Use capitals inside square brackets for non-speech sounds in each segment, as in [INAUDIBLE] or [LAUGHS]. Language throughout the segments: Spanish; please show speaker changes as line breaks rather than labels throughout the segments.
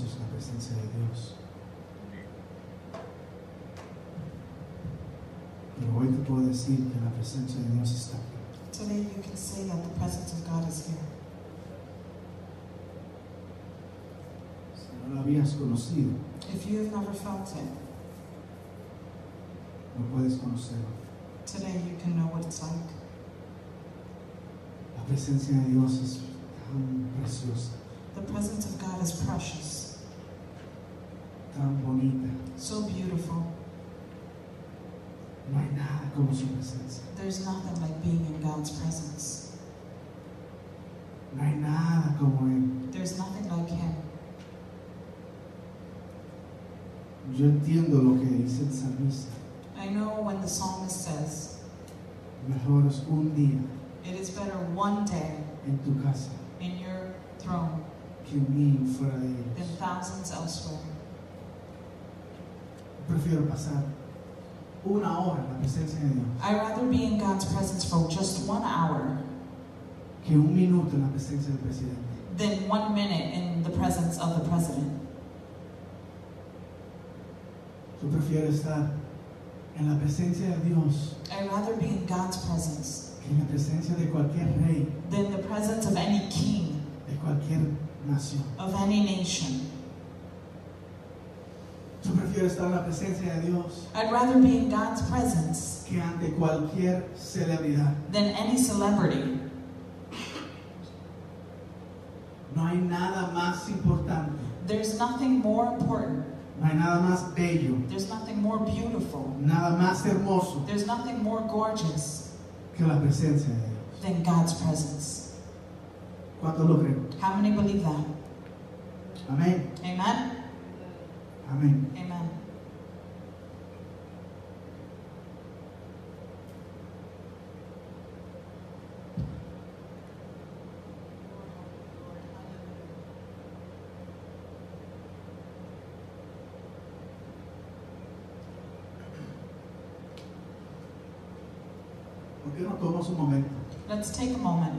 presencia de Dios. Pero hoy te puedo decir que la presencia de Dios está aquí.
Today you can say that the presence of God is here.
Si no la habías conocido,
If you have never felt it,
no puedes conocerla.
today you can know what it's like.
La presencia de Dios es tan preciosa,
The presence of God is precious,
tan bonita.
so beautiful.
No hay nada como su presencia.
There's nothing like being in God's presence.
No hay nada como Él.
There's nothing like Him.
Yo entiendo lo que dice el salmista.
I know when the psalmist says,
Mejor es un día
It is better one day
en tu casa
in your throne
que mil fuera de
than
ellos.
thousands elsewhere.
Prefiero pasar una hora en la presencia de Dios
I'd rather be in God's presence for just one hour
que un minuto en la presencia del presidente.
than one minute in the presence of the president.
Yo prefiero estar en la presencia de Dios
I'd rather be in God's presence
que en la presencia de cualquier rey,
than the presence of any king,
de cualquier nación.
of any nation.
Yo prefiero estar en la presencia de Dios
I'd rather be in God's presence
que ante cualquier celebridad.
than any celebrity.
No hay nada más importante,
There's nothing more important.
no hay nada más bello,
There's nothing more beautiful.
nada más hermoso
There's nothing more gorgeous
que la presencia de Dios.
than God's presence.
¿Cuántos lo creen?
How many believe that?
Amén,
Amen?
amén.
Amen.
¿Por qué no tomas un momento
Let's take a moment.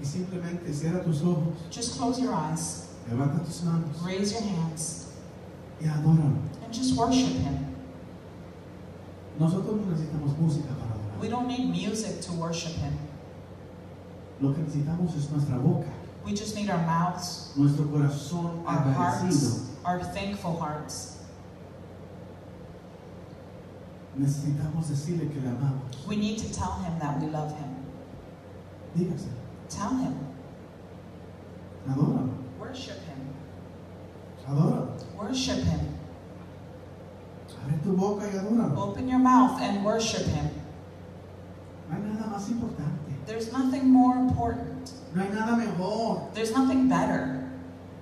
y simplemente cierra tus ojos,
Just close your eyes,
levanta tus manos
raise your hands,
y adóralo?
and just worship Him.
Nosotros no necesitamos música para adorar.
We don't need music to worship Him.
Lo que necesitamos es nuestra boca,
We just need our mouths,
nuestro corazón
our
agradecido.
hearts, our thankful hearts.
Necesitamos decirle que le amamos.
We need to tell Him that we love Him.
Dígase,
Tell Him.
adóralo,
Worship Him.
adóralo.
Worship Him.
Abre tu boca y adóralo.
Open your mouth and worship Him.
No hay nada más importante.
There's nothing more important.
No hay nada mejor
There's nothing better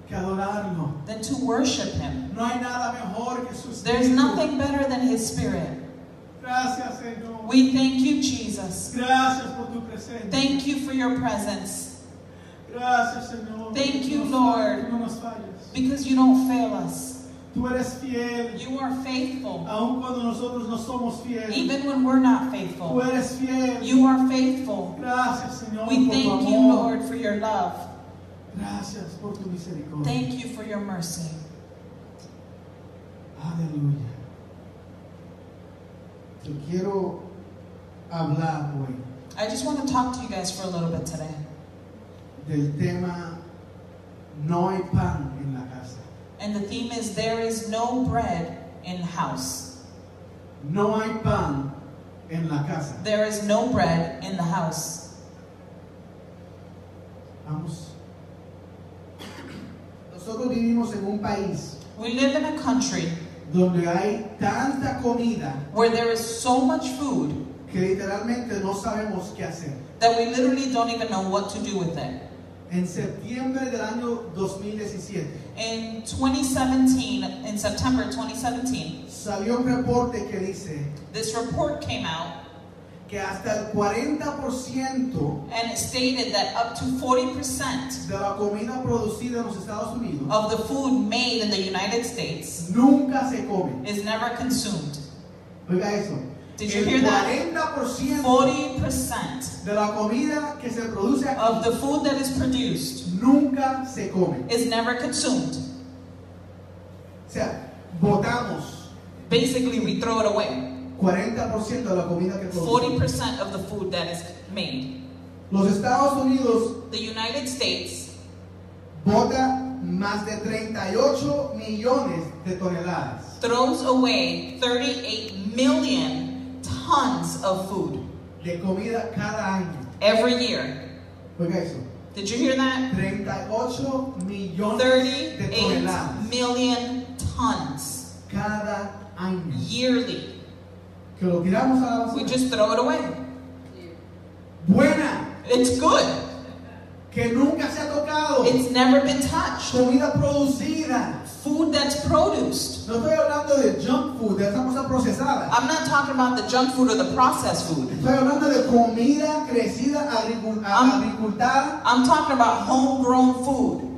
que adorarlo.
than to worship Him.
No hay nada mejor que su
There's
espíritu.
nothing better than His Spirit.
Gracias, Señor.
We thank you, Jesus.
Gracias por tu presencia.
Thank you for your presence
Gracias, Señor.
Thank you,
Tú
Lord.
No nos fallas.
because you don't fail us.
Tú eres fiel,
You are faithful,
aun cuando nosotros no somos fieles.
even when we're not
Tú
faithful.
eres fiel.
You are faithful.
Gracias, Señor, por
We
tu
thank you,
amor.
Lord, for your love.
Gracias por tu misericordia.
Thank you for your mercy.
Aleluya. Te quiero hablar hoy
I just want to talk to you guys for a little bit today
del tema No hay pan en la casa.
And the theme is there is no bread in the house.
No hay pan en la casa.
There is no bread in the house.
Vamos. Nosotros vivimos en un país
We live in a country
donde hay tanta comida
where there is so much food
que literalmente no sabemos qué hacer.
that we literally don't even know what to do with it.
En septiembre del año 2017
In 2017, in September 2017,
salió un reporte que dice
this report came out
que hasta el 40%
and it stated that up to 40%
de la comida producida en los Estados Unidos
of the food made in the United States
nunca se come.
is never consumed.
Oiga eso.
Did you
el
hear that?
40%
40%
de la comida que se produce
Ah.
aquí
of the food that is produced
nunca se come.
is never consumed.
sea, botamos
Basically, we throw it away.
40% de la comida que producimos.
40% of the food that is made.
Los Estados Unidos
The United States
bota más de 38 millones de toneladas.
throws away 38 million tons of food
de comida cada año.
every year.
Oiga eso.
Did you hear that?
38 millones de
38
toneladas
million tons
cada año.
yearly.
Que lo tiramos a la
We
basura.
just throw it away.
Buena,
It's good.
que nunca se ha tocado.
It's never been touched.
Comida producida.
Food that's produced.
No estoy hablando de junk food, de esa cosa procesada.
I'm not talking about the junk food or the processed food.
Estoy hablando de comida crecida, agricu- a-
Am-
agricultada,
I'm talking about homegrown food.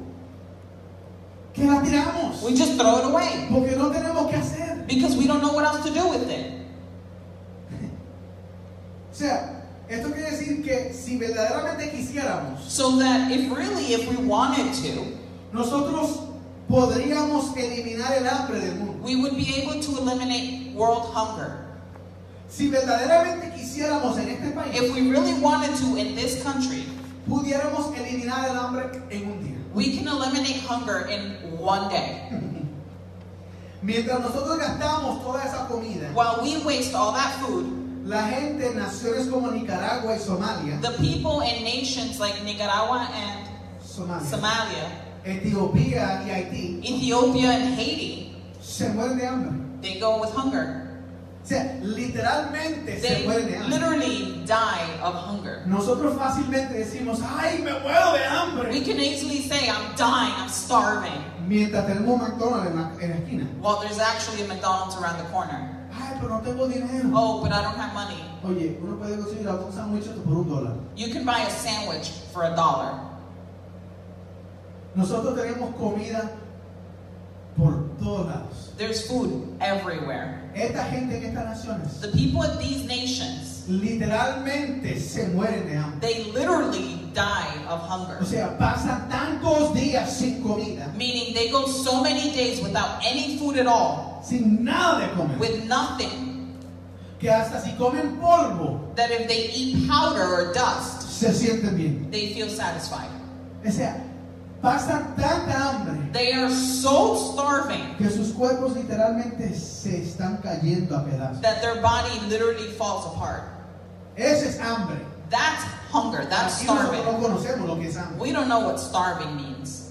que la tiramos.
We just throw it away
Porque no tenemos que hacer.
because we don't know what else to do with it.
O sea, esto quiere decir que si verdaderamente quisiéramos,
So that if really, if we wanted to,
Nosotros podríamos eliminar el hambre del mundo.
we would be able to eliminate world hunger.
Si verdaderamente quisiéramos en este país,
If we really wanted to in this country,
pudiéramos eliminar el hambre en un día.
we can eliminate hunger in one day.
Mientras nosotros gastamos toda esa comida,
While we waste all that food,
la gente en naciones como Nicaragua y Somalia,
the people in nations like Nicaragua and
Somalia,
Somalia,
Etiopía y Haití,
Ethiopia and Haiti,
se mueren de hambre.
they go with hunger.
O sea, literalmente se
They
mueren de hambre.
literally die of hunger.
Nosotros fácilmente decimos, ay, me muero de
We
hambre.
can easily say, I'm dying, I'm starving,
Mientras tenemos McDonald's en la, en la esquina.
while there's actually a McDonald's around the corner.
Ay, pero no tengo dinero.
Oh, but I don't have money.
Oye, uno puede conseguir un sándwich por un dólar.
You can buy a sandwich for a dollar.
Nosotros tenemos comida por todos lados.
There's food everywhere.
Esta gente en estas naciones
The people of these nations,
literalmente se mueren de hambre.
they literally die of
O
hunger.
sea, pasan tantos días sin comida,
Meaning they go so many days without any food at all,
sin nada de comer,
with nothing,
que hasta si comen polvo
that if they eat powder or dust,
se sienten bien.
they feel satisfied.
O sea, pasan tanta hambre
They are so starving
que sus cuerpos literalmente se están cayendo a pedazos.
that their body literally falls apart.
Ese es hambre.
That's hunger, that's
Aquí nosotros
starving.
no conocemos lo que es hambre.
We don't know what starving means.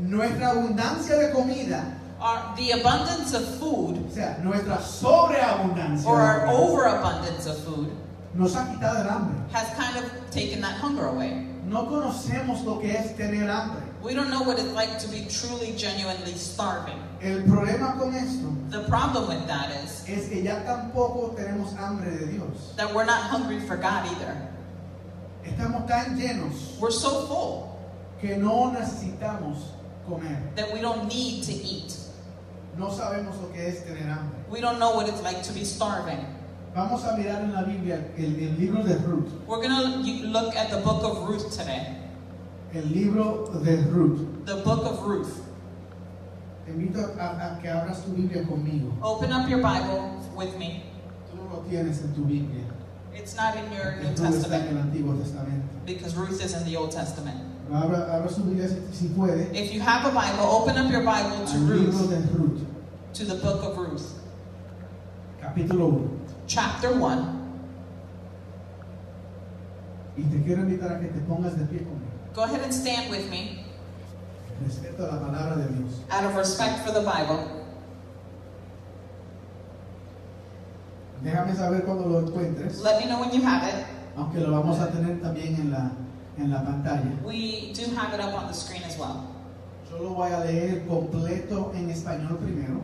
Nuestra abundancia de comida,
Our, the abundance of food
o sea, nuestra sobreabundancia,
or
de
our
comida,
overabundance of food
nos ha quitado el hambre.
has kind of taken that hunger away.
No conocemos lo que es tener hambre.
We don't know what it's like to be truly, genuinely starving.
El problema con esto
The problem with that is
es que ya tampoco tenemos hambre de Dios.
that we're not hungry for God either.
Estamos tan llenos
We're so full
que no necesitamos comer.
that we don't need to eat.
No sabemos lo que es tener hambre.
We don't know what it's like to be starving.
Vamos a mirar en la Biblia el, el libro de Ruth.
We're going to look at the book of Ruth today.
El libro de Ruth.
The book of Ruth.
Te invito a, a que abras tu Biblia conmigo.
Open up your Bible with me.
Tú no lo tienes en tu Biblia.
It's not in your New
Ruth está en
Testament
el Antiguo Testamento.
because Ruth is in the Old Testament.
Abra, abra su Biblia si, si puede.
If you have a Bible, open up your Bible to
Al libro
Ruth,
de Ruth,
to the book of Ruth,
capítulo 1.
chapter 1.
Y te quiero invitar a que te pongas de pie conmigo.
Go ahead and stand with me
Respeto a la palabra de Dios.
out of respect for the Bible.
Déjame saber cuando lo encuentres,
Let me know when you have it.
aunque lo vamos a tener también en la, en la pantalla.
We do have it up on the screen as well.
Yo lo voy a leer completo en español primero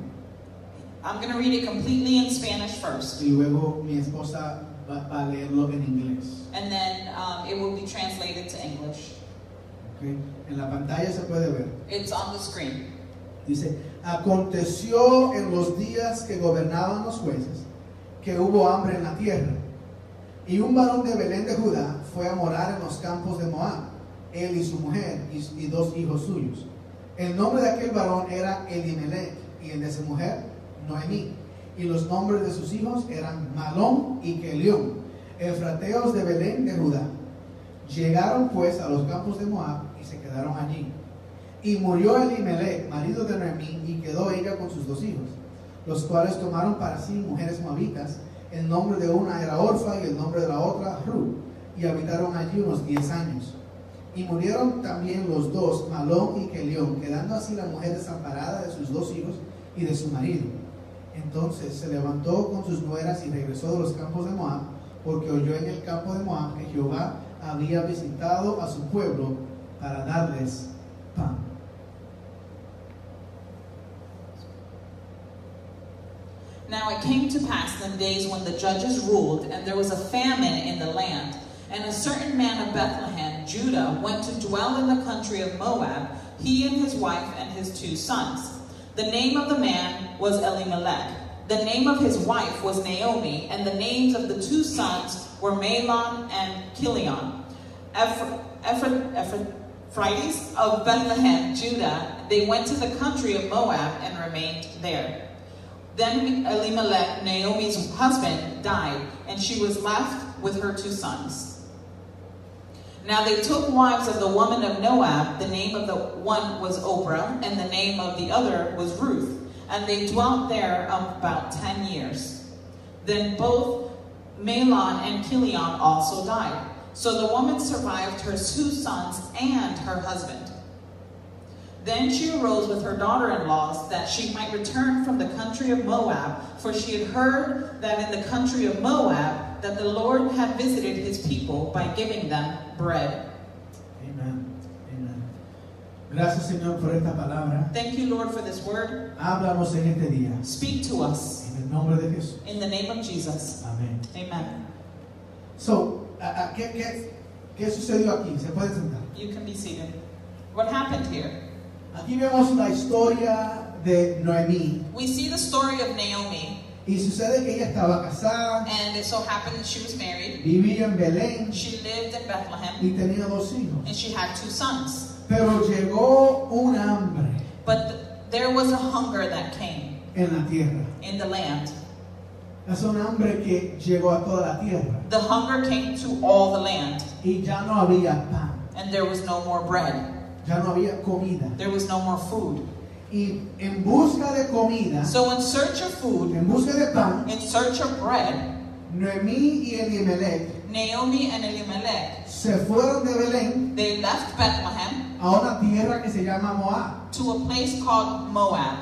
I'm going to read it completely in Spanish first,
y luego mi esposa va, va a leerlo en inglés.
and then um, it will be translated to English.
¿ok? En la pantalla se puede ver.
It's on the screen.
Dice, aconteció en los días que gobernaban los jueces que hubo hambre en la tierra. Y un varón de Belén de Judá fue a morar en los campos de Moab, él y su mujer y, y dos hijos suyos. El nombre de aquel varón era Elimelech, y el de su mujer, Noemí. Y los nombres de sus hijos eran Malón y Kelión, efrateos de Belén de Judá. Llegaron pues a los campos de Moab y se quedaron allí. Y murió Elimelech, marido de Noemí, y quedó ella con sus dos hijos, los cuales tomaron para sí mujeres moabitas. El nombre de una era Orfa y el nombre de la otra Ru, y habitaron allí unos diez años. Y murieron también los dos, Malón y Kelión, quedando así la mujer desamparada de sus dos hijos y de su marido. Entonces se levantó con sus nueras y regresó de los campos de Moab, porque oyó en el campo de Moab que Jehová había visitado a su pueblo para darles pan.
Now it came to pass in days when the judges ruled, and there was a famine in the land. And a certain man of Bethlehem, Judah, went to dwell in the country of Moab, he and his wife and his two sons. The name of the man was Elimelech. The name of his wife was Naomi, and the names of the two sons were Malon and Kilion. Eph- Eph- Ephrates of Bethlehem, Judah, they went to the country of Moab and remained there. Then Elimelech, Naomi's husband, died, and she was left with her two sons. Now they took wives of the woman of Moab. The name of the one was Oprah, and the name of the other was Ruth. And they dwelt there about ten years. Then both Malon and Kilion also died. So the woman survived her two sons and her husband. Then she arose with her daughter in laws that she might return from the country of Moab, for she had heard that in the country of Moab that the Lord had visited his people by giving them bread.
Amen. Amen. Gracias Señor por esta palabra.
Thank you, Lord, for this word.
Háblanos en este día.
Speak to us
En el nombre de Jesús.
in the name of Jesus.
Amén.
Amen.
So, a- a- ¿qué, qué, qué sucedió aquí? Se puede sentar.
You can be seated. What happened here?
Aquí vemos la historia de Noemí.
We see the story of Naomi,
Y sucede que ella estaba casada,
and it so happened that she was married.
vivía en Belén
She lived in Bethlehem,
y tenía dos hijos.
and she had two sons.
Pero llegó un hambre
But th- there was a hunger that came
en la tierra.
in the land.
Es un hambre que llegó a toda la tierra.
The hunger came to all the land,
Y ya no había pan,
and there was no more bread.
ya no había comida.
There was no more food.
Y en busca de comida,
So, in search of food,
en busca de pan,
in search of bread,
Noemí y Elimelech
Naomi and Elimelech
se fueron de Belén
they left Bethlehem
a una tierra que se llama Moab.
to a place called Moab.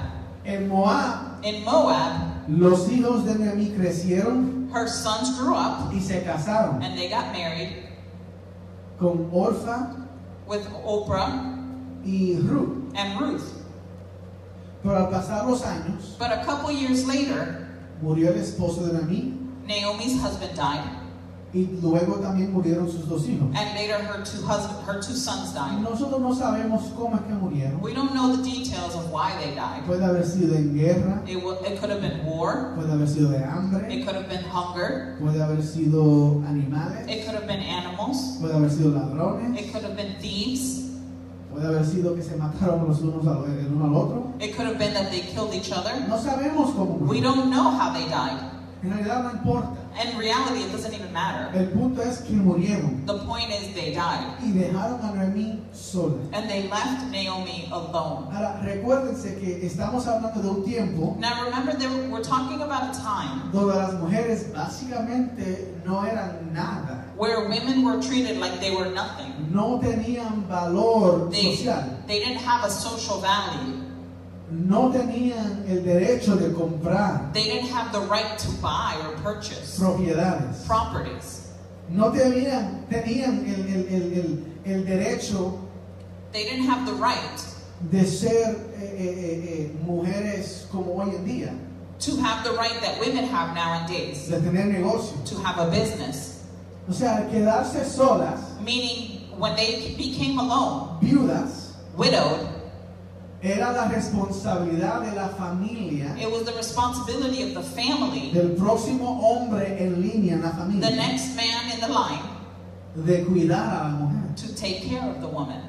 En Moab,
In Moab,
los hijos de Noemí crecieron
her sons grew up
y se casaron
and they got married
con Orfa
with Oprah
y Ruth.
and Ruth.
Pero al pasar los años,
But a couple years later,
murió el esposo de Noemí
Naomi's husband died,
y luego también murieron sus dos hijos.
and later her two husband, her two sons died.
Nosotros no sabemos cómo es que murieron.
We don't know the details of why they died.
Puede haber sido en guerra,
It, wa- it could have been war.
puede haber sido de hambre,
It could have been hunger.
puede haber sido animales,
It could have been animals.
puede haber sido ladrones,
It could have been thieves.
puede haber sido que se mataron los unos al, el uno al otro.
It could have been that they killed each other.
No sabemos cómo
We
murieron.
don't know how they died.
En realidad no importa.
In reality, it doesn't even matter.
El punto es que murieron
The point is they died,
y dejaron a Noemí sola.
and they left Naomi alone.
Ahora, recuérdense que estamos hablando de un tiempo
Now remember, that we're talking about a time
donde las mujeres básicamente no eran nada,
where women were treated like they were nothing.
no tenían valor
They,
social,
they didn't have a social value.
no tenían el derecho de comprar
They didn't have the right to buy or purchase
propiedades,
properties.
no tenían, tenían el, el- el- el- el derecho
They didn't have the right
de ser eh, eh, eh, eh, mujeres como hoy en día,
to have the right that women have nowadays
de tener negocios.
to have a business.
O sea, al quedarse solas,
Meaning, when they became alone,
viudas,
widowed,
era la responsabilidad de la familia,
it was the responsibility of the family,
del próximo hombre en línea en la
the
familia,
next man in the line,
de cuidar a la mujer.
to take care of the woman.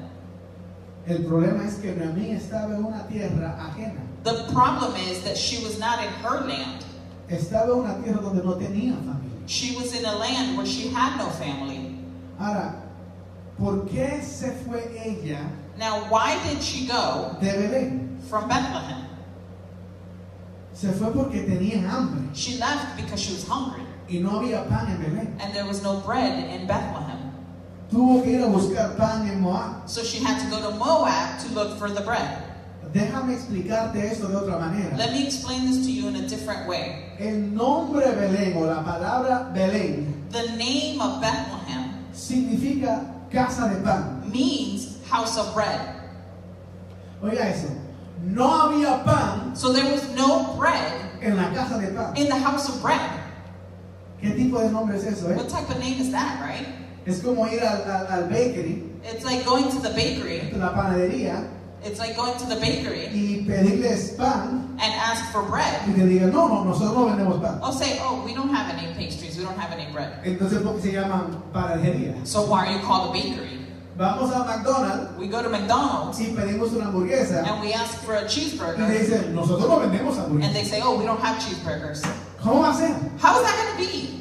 El problema es que Noemí estaba en una tierra ajena.
The problem is that she was not in her land.
Estaba en una tierra donde no tenía familia.
She was in a land where she had no family.
Ahora, ¿por qué se fue ella
Now, why did she go
de Belén?
from Bethlehem?
Se fue porque tenía hambre
She left because she was hungry,
y no había pan en Belén.
and there was no bread in Bethlehem.
Tuvo que ir a buscar pan en Moab.
So she had to go to Moab to look for the bread.
Déjame explicarte esto de otra manera.
Let me explain this to you in a different way.
El nombre Belén o la palabra Belén
The name of Bethlehem
significa casa de pan.
means house of bread.
Oiga eso. No había pan
So there was no bread
en la casa de pan.
in the house of bread.
¿Qué tipo de nombre es eso? eh?
What type of name is that, right?
Es como ir al, al- al bakery,
It's like going to the bakery.
la panadería,
It's like going to the bakery
y pedirles pan
and ask for bread.
y te digan, no, no, nosotros no vendemos pan.
I'll say, oh, we don't have any pastries. We don't have any bread.
Entonces, ¿por qué se llaman panadería?
So why are you called a bakery?
Vamos a McDonald's
We go to McDonald's
y pedimos una hamburguesa
and we ask for a
y te
cheeseburger,
dicen, nosotros no vendemos
and
hamburguesas.
they say, oh, we don't have cheeseburgers.
¿Cómo va a ser?
How is that going to be?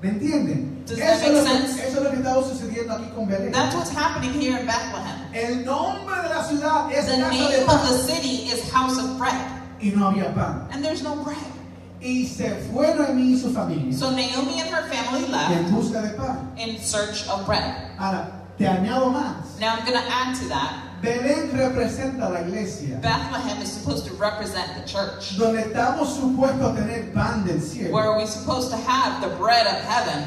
¿Me entienden?
Does
Eso
that
es, lo
make
que,
sense?
eso es lo que estaba sucediendo aquí con Belén.
That's what's happening here in Bethlehem.
El nombre de la ciudad es
The
casa de
name of
pan
the city is House of Bread,
y no había pan.
and there's no bread.
Y se fue Noemí y su familia
So Naomi and her family left
en busca de pan.
in search of bread.
Ahora, te añado más.
Now I'm going to add to that
Belén representa la iglesia,
Bethlehem is supposed to represent the church,
donde estamos supuestos a tener pan del cielo.
where we're supposed to have the bread of heaven.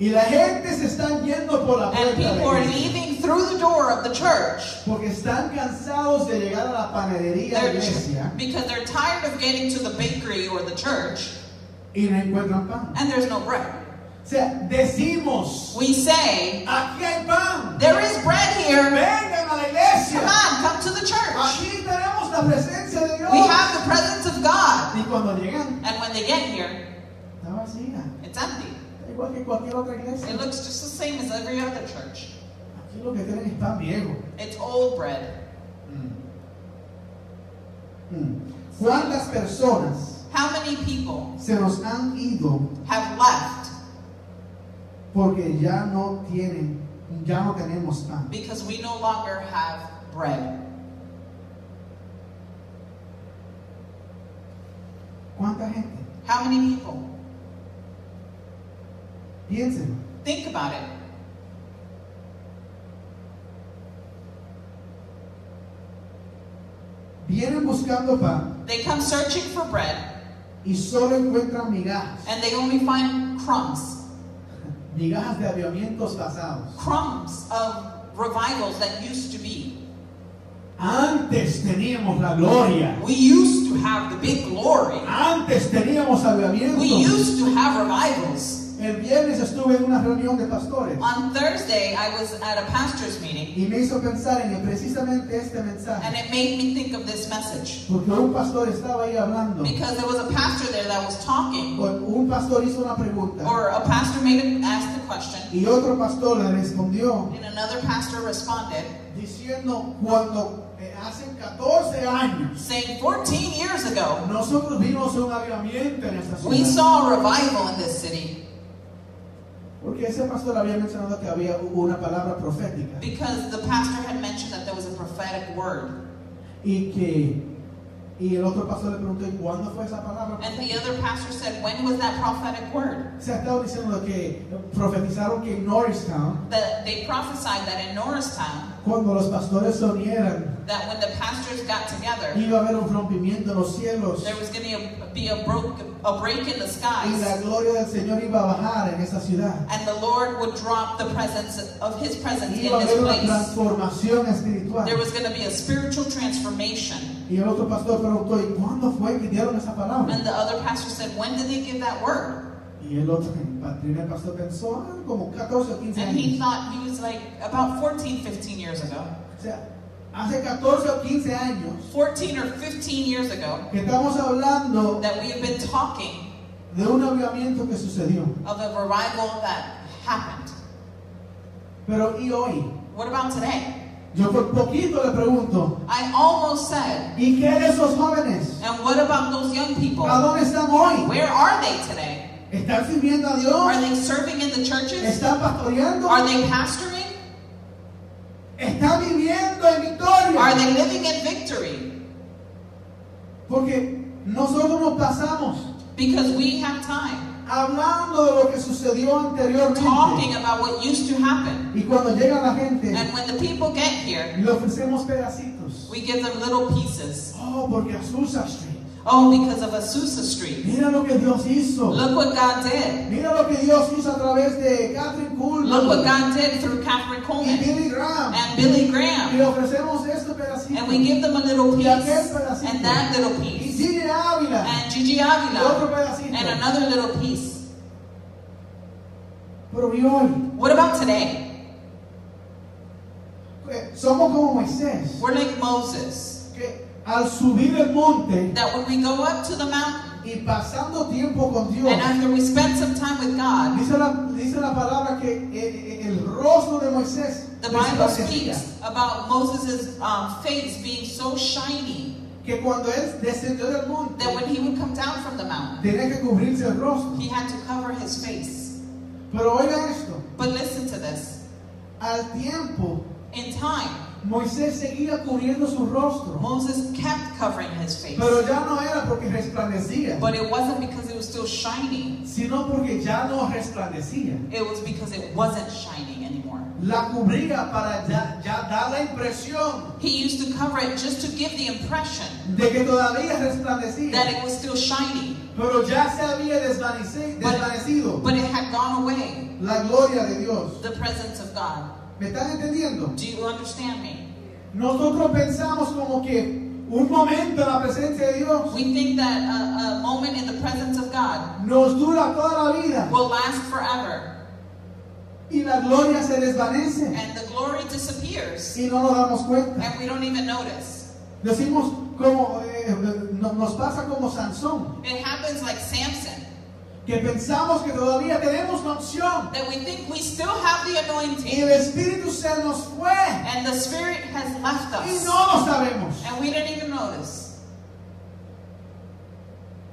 Y la gente se está yendo por la puerta
And
de
people are
la iglesia,
leaving through the door of the church
porque están cansados de llegar a la panadería de la
They're-
iglesia
because they're tired of getting to the bakery or the church
y no encuentran pan.
and there's no bread.
O sea, decimos,
We say,
aquí hay pan,
There is bread here.
vengan a la
Come
iglesia.
on, come to the church.
Aquí tenemos la presencia de Dios.
We have the presence of God.
Y cuando llegan,
And when they get here,
está vacía.
it's empty.
Está Igual que cualquier otra iglesia.
It looks just the same as every other church.
Aquí lo que tienen es pan viejo.
It's old bread.
Mm. ¿Cuántas personas
How many people
se nos han ido
have left
porque ya no tienen, ya no tenemos pan?
because we no longer have bread?
¿Cuánta gente?
How many people?
Piénsenlo.
Think about it.
Vienen buscando pan
They come searching for bread
y solo encuentran migajas.
and they only find crumbs.
Migajas de avivamientos pasados.
crumbs of revivals that used to be.
Antes teníamos la gloria.
We used to have the big glory.
Antes teníamos
We
avivamientos.
used to have revivals.
El viernes estuve en una reunión de pastores.
On Thursday, I was at a pastor's meeting,
Y me hizo pensar en precisamente este
and
mensaje.
it made me think of this message
Porque un pastor estaba ahí hablando.
because there was a pastor there that was talking,
o Un pastor hizo una pregunta.
or a pastor made a, asked the question,
Y otro pastor le respondió
and another pastor responded,
diciendo, cuando eh, hace 14 años
saying, "14 years ago,
nosotros vimos un avivamiento en esta
we
ciudad.
saw a revival in this city
Porque ese pastor había mencionado que había hubo una palabra profética.
because the pastor had mentioned that there was a prophetic word."
Y que y el otro pastor le preguntó, ¿y cuándo fue esa palabra?
And the
profética?"
other pastor said, "When was that prophetic word?"
Se ha estado diciendo que profetizaron que en Norristown,
that they prophesied that in Norristown,
cuando los pastores se unieran,
that when the pastors got together,
Iba a haber un rompimiento en los cielos
there was going to be a, broke, a break in the
y la
skies,
gloria del Señor iba a bajar en esa ciudad.
and the Lord would drop the presence of His presence in
Iba a haber
this
una
place.
transformación espiritual.
There was going to be a spiritual transformation.
Y el otro pastor preguntó, ¿y cuándo fue que dieron esa palabra?
And the other pastor said, When did they give that word?
Y el otro, el primer pastor pensó, "Ah, como 14 o 15
And he
años.
thought, he was like, about 14, 15 years ago.
O sea, hace 14 o 15 años
14 or 15 years ago,
que estamos hablando
that we have been talking
de un avivamiento que sucedió.
of a revival that happened.
Pero ¿y hoy?
What about today?
Yo por poquito le pregunto,
I almost said,
¿y qué de esos jóvenes?
and what about those young people?
¿A dónde están hoy?
Where are they today?
¿Están sirviendo a
Are
Dios?
they serving in the churches?
¿Están pastoreando?
Are they pastoring?
¿Están viviendo en
Are they
victoria?
living in victory?
Porque nosotros nos pasamos
Because we have time
hablando de lo que sucedió anteriormente.
talking about what used to happen.
Y cuando llega la gente,
And when the people get here,
le ofrecemos pedacitos.
we give them little pieces.
Oh, porque Azusa Street.
Oh, because of Azusa Street.
Mira lo que Dios hizo.
Look what God did.
Mira lo que Dios hizo a través de Catherine
Look what
Kuhlman
God did through Catherine
y
Coleman
Billy Graham.
and
Y
Billy
le
Graham.
ofrecemos este pedacito.
And we give them a little piece
aquel pedacito.
and that little
Y
piece.
Gigi Ávila.
And Gigi
Y otro
Avila
pedacito.
and another little piece.
Pero y hoy,
What about today?
eh, somos como Moisés.
We're like Moses.
Que al subir el monte
That when we go up to the mountain
y pasando tiempo con Dios,
and after we spend some time with God,
dice la, dice la palabra que eh, eh, el rostro de Moisés
The Bible
desvanecía.
speaks about Moses' um, face being so shiny
que cuando él descendió del monte,
that when he would come down from the mountain,
tenía que cubrirse el rostro.
he had to cover his face.
Pero oiga esto,
But listen to this.
al tiempo
In time,
Moisés seguía cubriendo su rostro,
Moses kept covering his face.
pero ya no era porque resplandecía,
But it wasn't because it was still shining,
sino porque ya no resplandecía.
it was because it wasn't shining anymore.
La cubría para ya, ya dar la impresión
He used to cover it just to give the impression
de que todavía resplandecía,
that it was still shining,
pero ya se había desvanece- desvanecido
but it had gone away.
la gloria de Dios.
The presence of God.
¿Me están entendiendo?
Do you understand me?
Nosotros pensamos como que un momento en la presencia de Dios
We think that a, a moment in the presence of God
nos dura toda la vida
will last forever
y la gloria se desvanece
and the glory disappears
y no nos damos cuenta.
and we don't even notice.
Decimos como eh, no- nos pasa como Sansón,
It happens like Samson
que pensamos que todavía tenemos la opción
that we think we still have the
y el
anointing
Espíritu se nos fue
and the Spirit has left
y
us
no lo sabemos.
and we didn't even notice.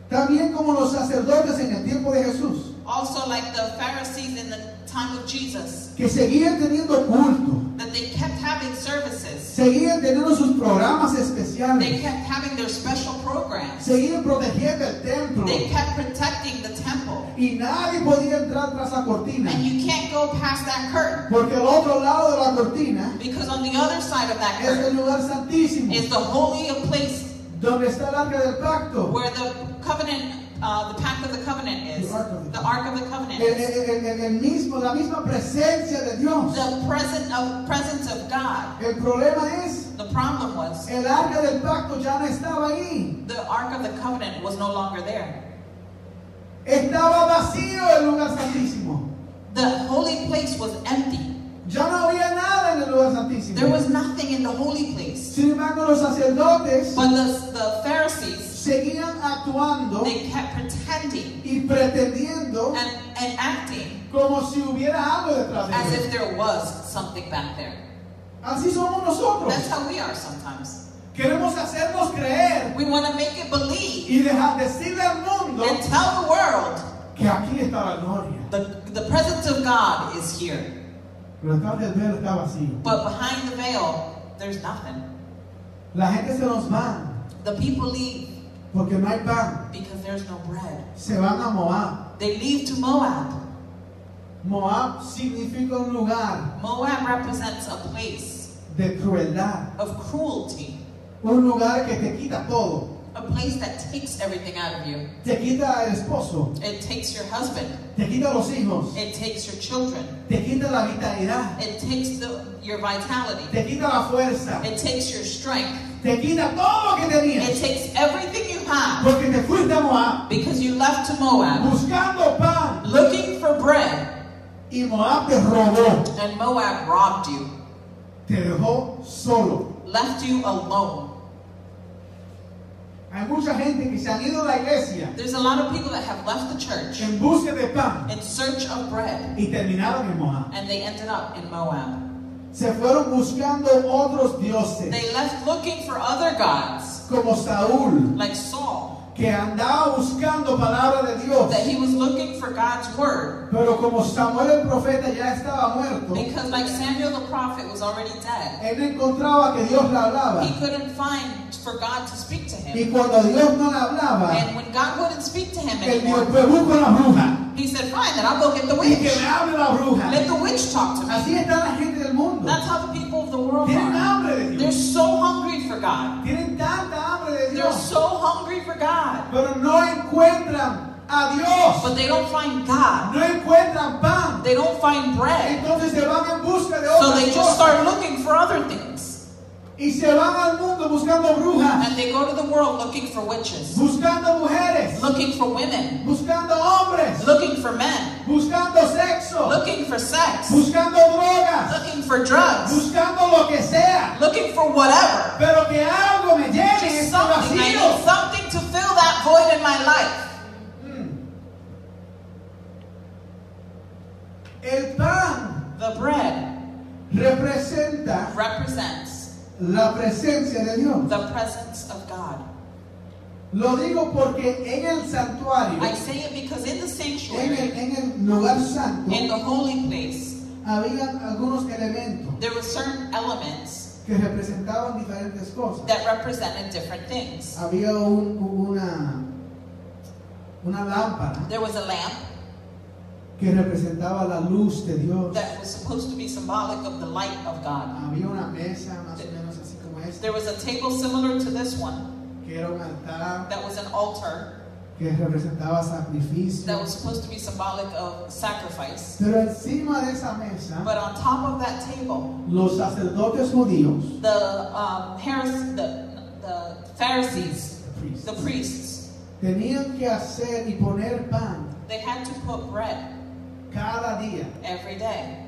También como los sacerdotes en el tiempo de Jesús,
Also, like the Pharisees in the time of Jesus,
que seguían teniendo culto,
that they kept having services,
seguían teniendo sus programas
they
especiales,
kept having their special programs,
seguían protegiendo el templo
they kept protecting the temple,
y nadie podía entrar tras la cortina,
and you can't go past that curtain
porque el otro lado de la cortina
because on the other side of that
es el
curtain
lugar santísimo,
is the holy of places.
donde está el arca del pacto,
where the covenant, uh, the pact of the covenant is,
The Ark of the
the Ark of the Covenant,
el, el-
is,
el- el- el mismo, la misma presencia de Dios.
the present of presence of God.
El problema es,
The problem was
el arca del pacto ya no estaba ahí,
the Ark of the Covenant was no longer there.
estaba vacío el lugar santísimo.
The holy place was empty.
Ya no había nada en el lugar santísimo.
There was nothing in the holy place.
Sin embargo, los sacerdotes
But the, the Pharisees,
seguían actuando
they kept pretending
y pretendiendo
and, and acting
como si hubiera algo detrás
as
de ellos.
if there was something back there.
Así somos nosotros.
That's how we are sometimes.
Queremos hacernos creer
We want to make it believe
y dejar decirle al mundo
and tell the world
que aquí está la gloria.
the, the presence of God is here.
Pero detrás del velo está vacío.
But behind the veil, there's nothing.
La gente se nos va
The people leave
porque no hay pan.
because there's no bread.
Se van a Moab.
They leave to Moab.
Moab significa un lugar
Moab represents a place
de crueldad.
of cruelty,
Un lugar que te quita todo.
a place that takes everything out of you.
Te quita el esposo,
It takes your husband,
te quita los hijos,
it takes your children,
te quita la vitalidad,
it takes the, your vitality,
te quita la fuerza,
it takes your strength,
te quita todo lo que
it
tenías.
takes everything you have
Porque te fuiste a Moab
because you left to Moab
buscando pan
looking for bread,
y Moab te robó,
and Moab robbed you,
te dejó solo.
left you alone.
Hay mucha gente que se han ido a la iglesia
There's a lot of people that have left the church
en busca de pan
in search of bread,
y terminaron en Moab.
and they ended up in Moab.
se fueron buscando otros dioses,
They left looking for other gods,
como Saúl,
like Saul,
que andaba buscando palabra de Dios.
that he was looking for God's word.
Pero como Samuel el profeta ya estaba muerto,
Because, like Samuel the prophet was already dead,
él encontraba que Dios le hablaba.
he couldn't find for God to speak to
Y
him.
cuando Dios no le hablaba,
And when God wouldn't speak to him
él dijo,
anymore,
pues busco la bruja.
he said, Fine, then I'll go get the
Y que
witch.
me hable la bruja.
Let the witch talk to me.
Así está la gente del mundo.
That's how the people of the world
Tienen
are.
hambre de
They're
Dios.
so hungry for God.
Tienen tanta hambre de
They're
Dios.
so hungry for God.
Pero no encuentran a Dios.
But they don't find God.
No encuentran pan.
They don't find bread.
Entonces se van en busca de
So
otras
they just
cosas.
start looking for other things.
Y se van al mundo buscando brujas,
And they go to the world looking for witches,
buscando mujeres,
looking for women,
buscando hombres,
looking for men,
buscando sexo,
looking for sex,
buscando drogas,
looking for drugs,
buscando lo que sea.
looking for whatever.
Pero que algo me llene
Just
este
something.
vacío.
I need something to fill that void in my life.
El pan
The bread
representa
represents
la presencia de Dios.
the presence of God.
Lo digo porque en el santuario,
I say it because in the
en el,
sanctuary,
en el lugar santo,
in the holy place,
había algunos elementos
there were certain elements
que representaban diferentes cosas.
that represented different things.
Había un- una, una lámpara
There was a lamp
que representaba la luz de Dios.
that was supposed to be symbolic of the light of God.
Había una mesa más o menos así como esta,
There was a table similar to this one
que era un altar
that was an altar
que representaba
that
sacrificio.
was supposed to be symbolic of sacrifice.
Pero encima de esa mesa,
But on top of that table,
los sacerdotes judíos,
the um, Paris, the, the Pharisees, the priests,
tenían que hacer y poner pan
they had to put bread
cada día,
every day,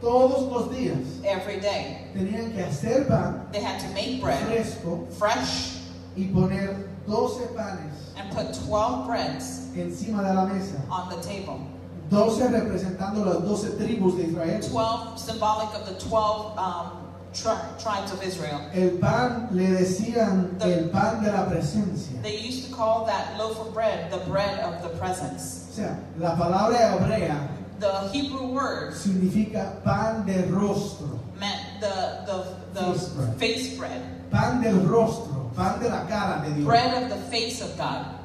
todos los días.
every day.
Tenían que hacer pan
They had to make bread
fresco
fresh
y poner 12 panes
and put 12 breads
encima de la mesa.
on the table.
12 representando las 12 tribus de Israel.
12 symbolic of the 12 um, tri- tribes of Israel.
El pan le decían el pan de la presencia.
They used to call that loaf of bread the bread of the presence.
O sea, la palabra hebrea
The Hebrew word
significa pan de rostro,
meant the, the, the
Face bread.
face bread,
pan del rostro, pan de la cara de Dios.
bread of the face of God.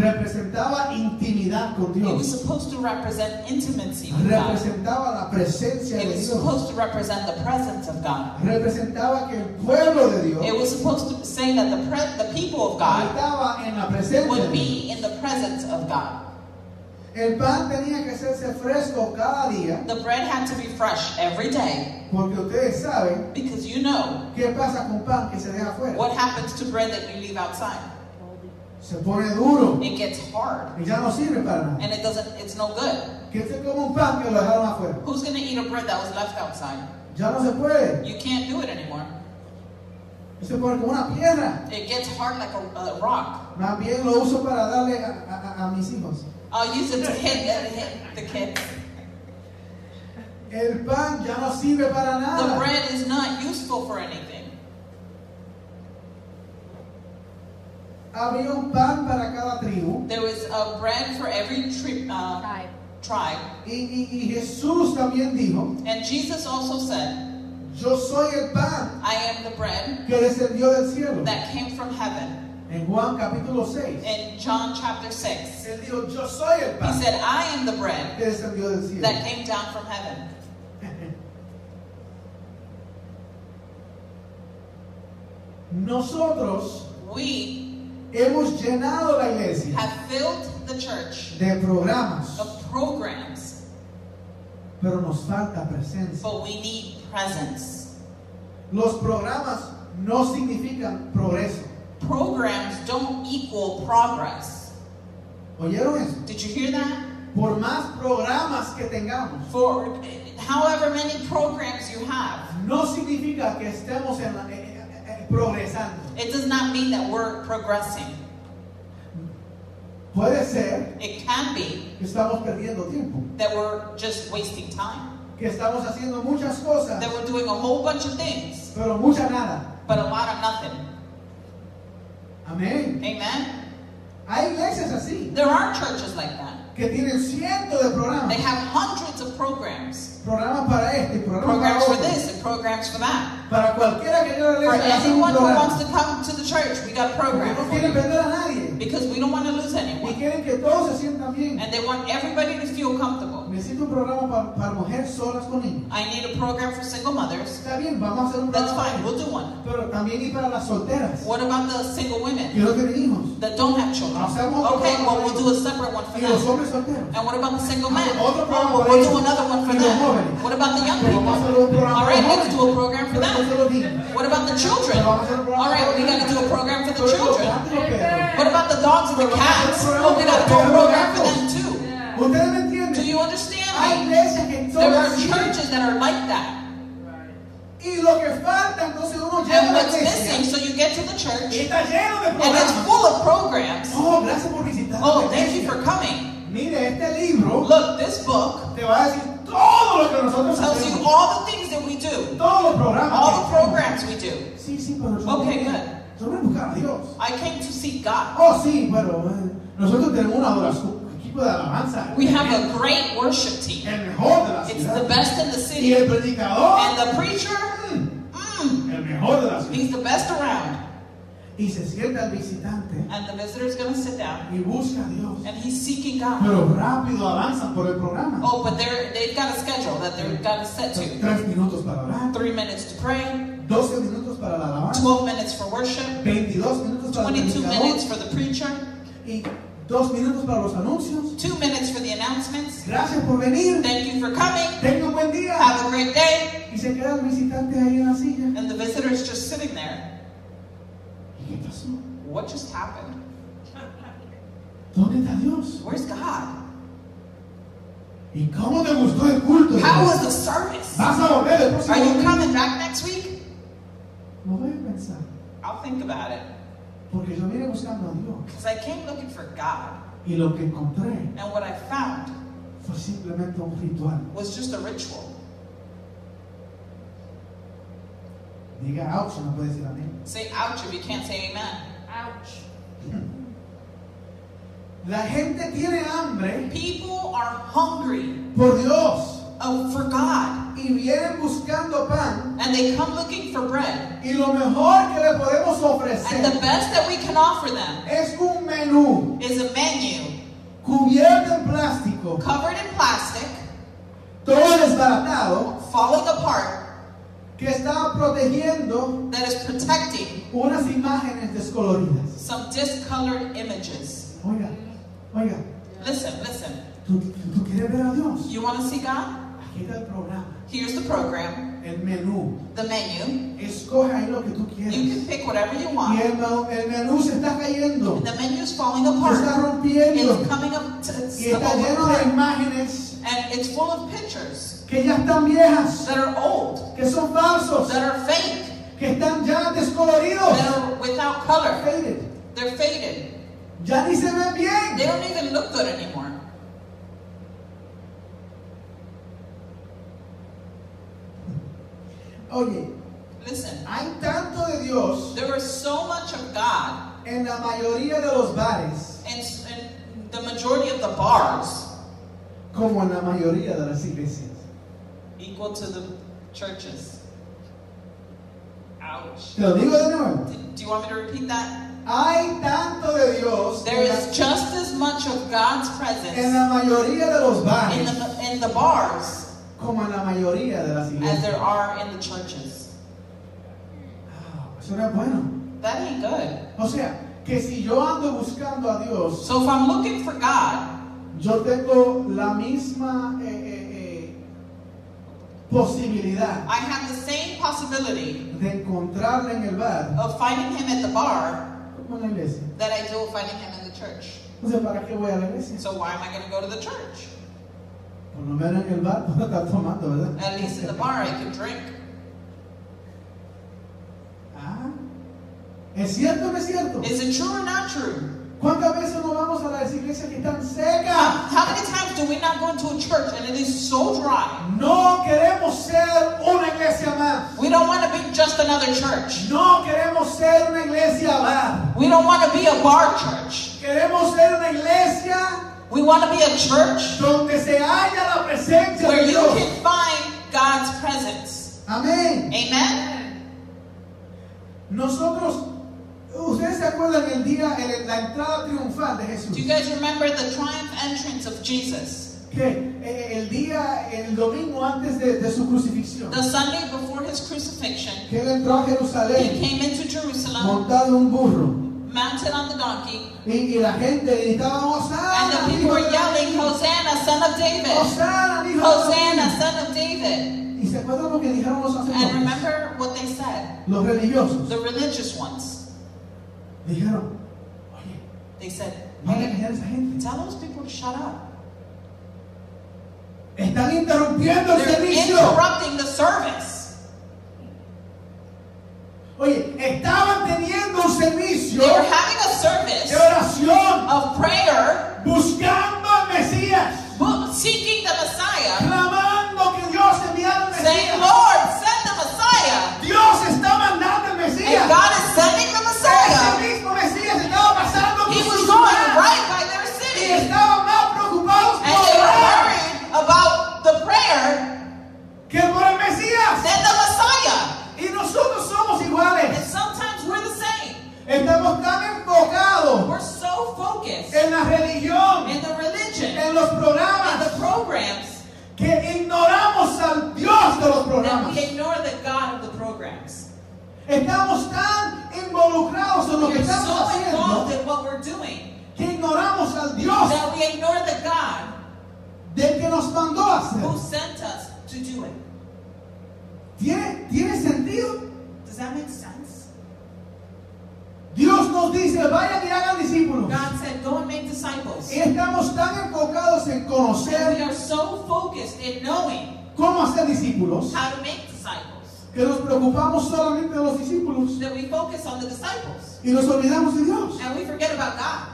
Representaba intimidad con
It
Dios.
was supposed to represent intimacy with God.
representaba la presencia
It
de
was
Dios,
supposed to represent the presence of God.
representaba que el pueblo de Dios
It was supposed to say that the, pre- the people of God
estaba en la presencia
would
de Dios.
be in the presence of God.
El pan tenía que hacerse fresco cada día,
The bread had to be fresh every day
porque ustedes saben
because you know
qué pasa con pan que se deja afuera.
What happens to bread that you leave outside?
Se pone duro
It gets hard
y ya no sirve para nada.
and it doesn't it's no good.
Que se come un pan que lo dejaron afuera.
Who's gonna eat a bread that was left outside?
Ya no se puede.
You can't do it anymore.
Se pone como una piedra.
It gets hard like a, a rock.
Más bien lo uso para darle a, a- a- a mis hijos.
I'll use it to hit, uh, hit the kids.
El pan ya no sirve para
The
nada.
bread is not useful for anything.
Había un pan para cada tribu.
There was a bread for every tri- uh,
Five.
tribe.
Y, y- y Jesús también dijo,
And Jesus also said,
yo soy el pan
I am the bread
que descendió del cielo.
that Eh, came from heaven.
En Juan capítulo 6,
In John chapter 6,
él dijo, yo soy el
he
pan
said, I am the bread
que descendió del cielo.
that came down from heaven.
Nosotros
We
hemos llenado la iglesia
have filled the church
de programas,
of programs,
pero nos falta presencia.
but we need presence.
Los programas no significan progreso.
Programs don't equal progress.
¿Oyeron eso?
Did you hear that?
Por más programas que tengamos,
For however many programs you have,
no significa que estemos en la- eh, eh, eh, progresando.
it does not mean that we're progressing.
Puede ser
It can be
que estamos perdiendo tiempo.
that we're just wasting time,
que estamos haciendo muchas cosas,
They were doing a whole bunch of things,
pero mucha nada.
but a lot of nothing.
Amén.
Amen?
Hay iglesias así,
There are churches like that.
que tienen cientos de
They
programas.
have hundreds of programs.
Programas para este, programas para
Programs for
otro.
this and programs for that.
Para cualquiera que yo le
For
haga un
anyone who wants
programa.
to come to the church, we got
Porque no
programs
quieren perder a nadie.
because we don't want to lose
Y
anyone.
quieren que todos se sientan bien.
And they want everybody to feel comfortable.
Necesito un programa pa- para mujeres solas con niños.
I need a program for single mothers.
Está bien, vamos a hacer un
That's
programa.
fine, we'll do one.
Pero también y para las solteras
What about the single
que
women
no tienen hijos.
that don't have children? Okay, well, we'll do a separate one for
Y los
them.
hombres solteros.
And what about the single men?
Otro programa
Oh,
para
well, we'll
ellos.
do another one for
Y los
them.
jóvenes.
What about the young
Pero vamos a hacer un
people?
programa
All right,
para
let's
jóvenes.
do a program for
Pero eso
them.
se lo dije.
What about the children?
Pero vamos a hacer un programa
All right,
para
we got to
jóvenes.
do a program
Pero
for the
los
children.
gatos, los perros.
What about the dogs and the cats? Oh, we got to do a program for them too.
Ustedes me
Do
entienden.
you understand
Hay
me?
iglesias que son
There are
así.
churches that are like that.
Y lo que falta, entonces uno llega a
And
la
what's
iglesia.
missing? So you get to the
Y
church
está lleno de
and it's
programas.
full of programs.
Oh, gracias por visitar.
Oh,
la
thank you
iglesia.
for coming.
Mire, este libro
Look, this book
te va a decir todo lo que nosotros
tells you
hacemos.
all the things that we do,
Todos los programas.
all the
que hacemos.
programs we do.
Sí, sí, pero nosotros
Ok,
tenemos-
good.
nosotros tenemos que buscar a Dios.
I came to seek God.
Oh, sí, pero eh, nosotros tenemos una adoración, un equipo de alabanza.
We have a great worship team.
el mejor de la
It's
ciudad.
the best in the
y
city.
el predicador,
And the preacher,
mm,
mm,
el mejor de la ciudad.
he's the best around.
Y se sienta el visitante
And the visitor's gonna sit down
y busca a Dios.
and he's seeking God.
Pero rápido avanzan por el programa.
Oh, but they're, they've got a schedule that they've got to set
Son
to.
Tres minutos para orar,
Three minutes to pray,
12 minutos para la alabanza,
12 minutes for worship,
22 minutos para el
22
predicador
minutes for the preacher,
y 2 minutos para los anuncios.
two minutes for the announcements.
Gracias por venir.
Thank you for coming.
Tenga un buen día.
Have a great day.
Y se queda el visitante ahí en la silla.
And the visitor's just sitting there.
¿Qué pasó?
What just happened?
¿Dónde está Dios?
Where's God?
¿Y cómo te gustó el culto?
How was the service?
¿Vas a volver el próximo
Are you
domingo?
coming back next week?
Lo voy a pensar,
I'll think about it.
porque yo vine buscando a Dios
Because I came looking for God.
y lo que encontré
And what I found
fue simplemente un ritual.
was just a ritual.
Diga, ouch, no puede decir amén.
Say ouch if you can't say amen.
La gente tiene hambre
People are hungry
por Dios
oh, for God.
y vienen buscando pan
And they come looking for bread.
y lo mejor que le podemos
And the
ofrecer
best that we can offer them
es un menú
is a menu
cubierto en plástico,
covered in plastic,
todo desbaratado,
falling apart,
que está protegiendo
that is protecting
unas imágenes descoloridas.
some discolored images.
Oiga, oiga,
Listen, listen.
¿tú, tú quieres ver a Dios?
You want to see God?
Aquí está el programa,
Here's the program,
el menú.
the menu.
Escoge ahí lo que tú
You
quieres.
can pick whatever you
Y
want.
el, menú- el menú se está cayendo,
And the menu is falling
se está
apart.
rompiendo
It's coming up to it's
y está lleno de
apart.
imágenes
And it's full of pictures
que ya están viejas,
that are old,
que son falsos,
that are fake,
que están ya descoloridos,
that are without color.
faded.
They're faded.
ya ni se ven bien.
They don't even look good anymore.
Oye,
Listen,
hay tanto de Dios
there is so much of God
en la mayoría de los bares
in, in the majority of the bars,
como en la mayoría de las iglesias.
equal to the churches. Ouch.
Te lo digo de nuevo.
Do, do you want me to repeat that?
Hay tanto de Dios
There is just as much of God's
en
presence
la mayoría de los
in
bares
the, in the bars
como en la mayoría de las
as
iglesias.
there are in the churches.
Ah, Eso no es bueno.
That ain't good.
O sea, que si yo ando buscando a Dios,
So if I'm looking for God,
yo tengo la misma eh, eh, eh, posibilidad
I have the same possibility
de encontrarle en el bar
of finding Him at the bar
como en la iglesia.
that I do of finding Him in the church.
Entonces, ¿para qué voy a la iglesia?
So why am I going to go to the church?
Por lo menos en el bar [LAUGHS] puedo estar tomando, ¿verdad?
At least in the bar, I can drink.
Ah, ¿Es cierto o no es cierto?
Is it true or not true?
¿Cuántas veces no vamos a las iglesias que están secas?
How, how many times do we not go into a church and it is so dry?
No queremos ser una iglesia más.
We don't want to be just another church.
No queremos ser una iglesia más.
We don't want to be a bar church.
Queremos ser una iglesia
We want to be a church
donde se haya la presencia
where
de
you
Dios.
can find God's presence.
Amén.
Amen?
Nosotros, ustedes se acuerdan el día, el- la entrada triunfal de Jesús.
Do you guys remember the triumph entrance of Jesus?
Que eh, el día, el domingo antes de, de su crucifixión,
The Sunday before his crucifixion,
que él entró a
he
Jerusalén
came into Jerusalem,
montado en un burro.
mounted on the donkey,
Y, y la gente gritaba,
and
Hosanna,
the people
hijo
were
de
yelling,
David!
Hosanna, son of David!
Hosanna, hijo de
Hosanna,
David!"
son of David!
Y se acuerdan lo que dijeron los
And
sacerdotes,
remember what they said,
los religiosos.
the religious ones.
Dijeron, oye,
They said,
no hay que
"Hey,
callar a esa gente.
tell those people to shut up.
Están interrumpiendo el
They're
servicio.
interrupting the service.
Oye, estaban teniendo un servicio
They were having a service
de oración,
of prayer,
buscando al Mesías,
bu- seeking the Messiah,
clamando que Dios enviara al
saying,
Mesías.
Lord, send the Messiah.
Dios está mandando al
And
Mesías.
God is sending the
Ese
Messiah.
mismo Mesías estaba pasando por
He was
su
going
ciudad
right by their
y
city.
estaban más preocupados
And
por
they were
orar
worried about the prayer,
que por el Mesías.
then the Messiah.
Y nosotros somos
And
iguales.
sometimes we're the same.
Estamos tan enfocados
We're so focused
en la religión,
in the religion,
en los
in the
programas,
programs,
que ignoramos al Dios de los
that
programas.
we ignore the God of the programs.
Estamos tan involucrados en lo
We're
que estamos
so involved
haciendo
in what we're doing
que ignoramos al Dios
that we ignore the God
del que nos mandó a hacer.
who sent us to do it.
¿Tiene, tiene sentido?
Does that make sense?
Dios nos dice, vayan y hagan discípulos.
God said, Go and make disciples.
Y estamos tan enfocados en
And we
conocer
are so focused in knowing
cómo hacer discípulos
how to make disciples
que nos preocupamos solamente de los discípulos
that we focus on the disciples
y nos olvidamos de Dios.
and we forget about God.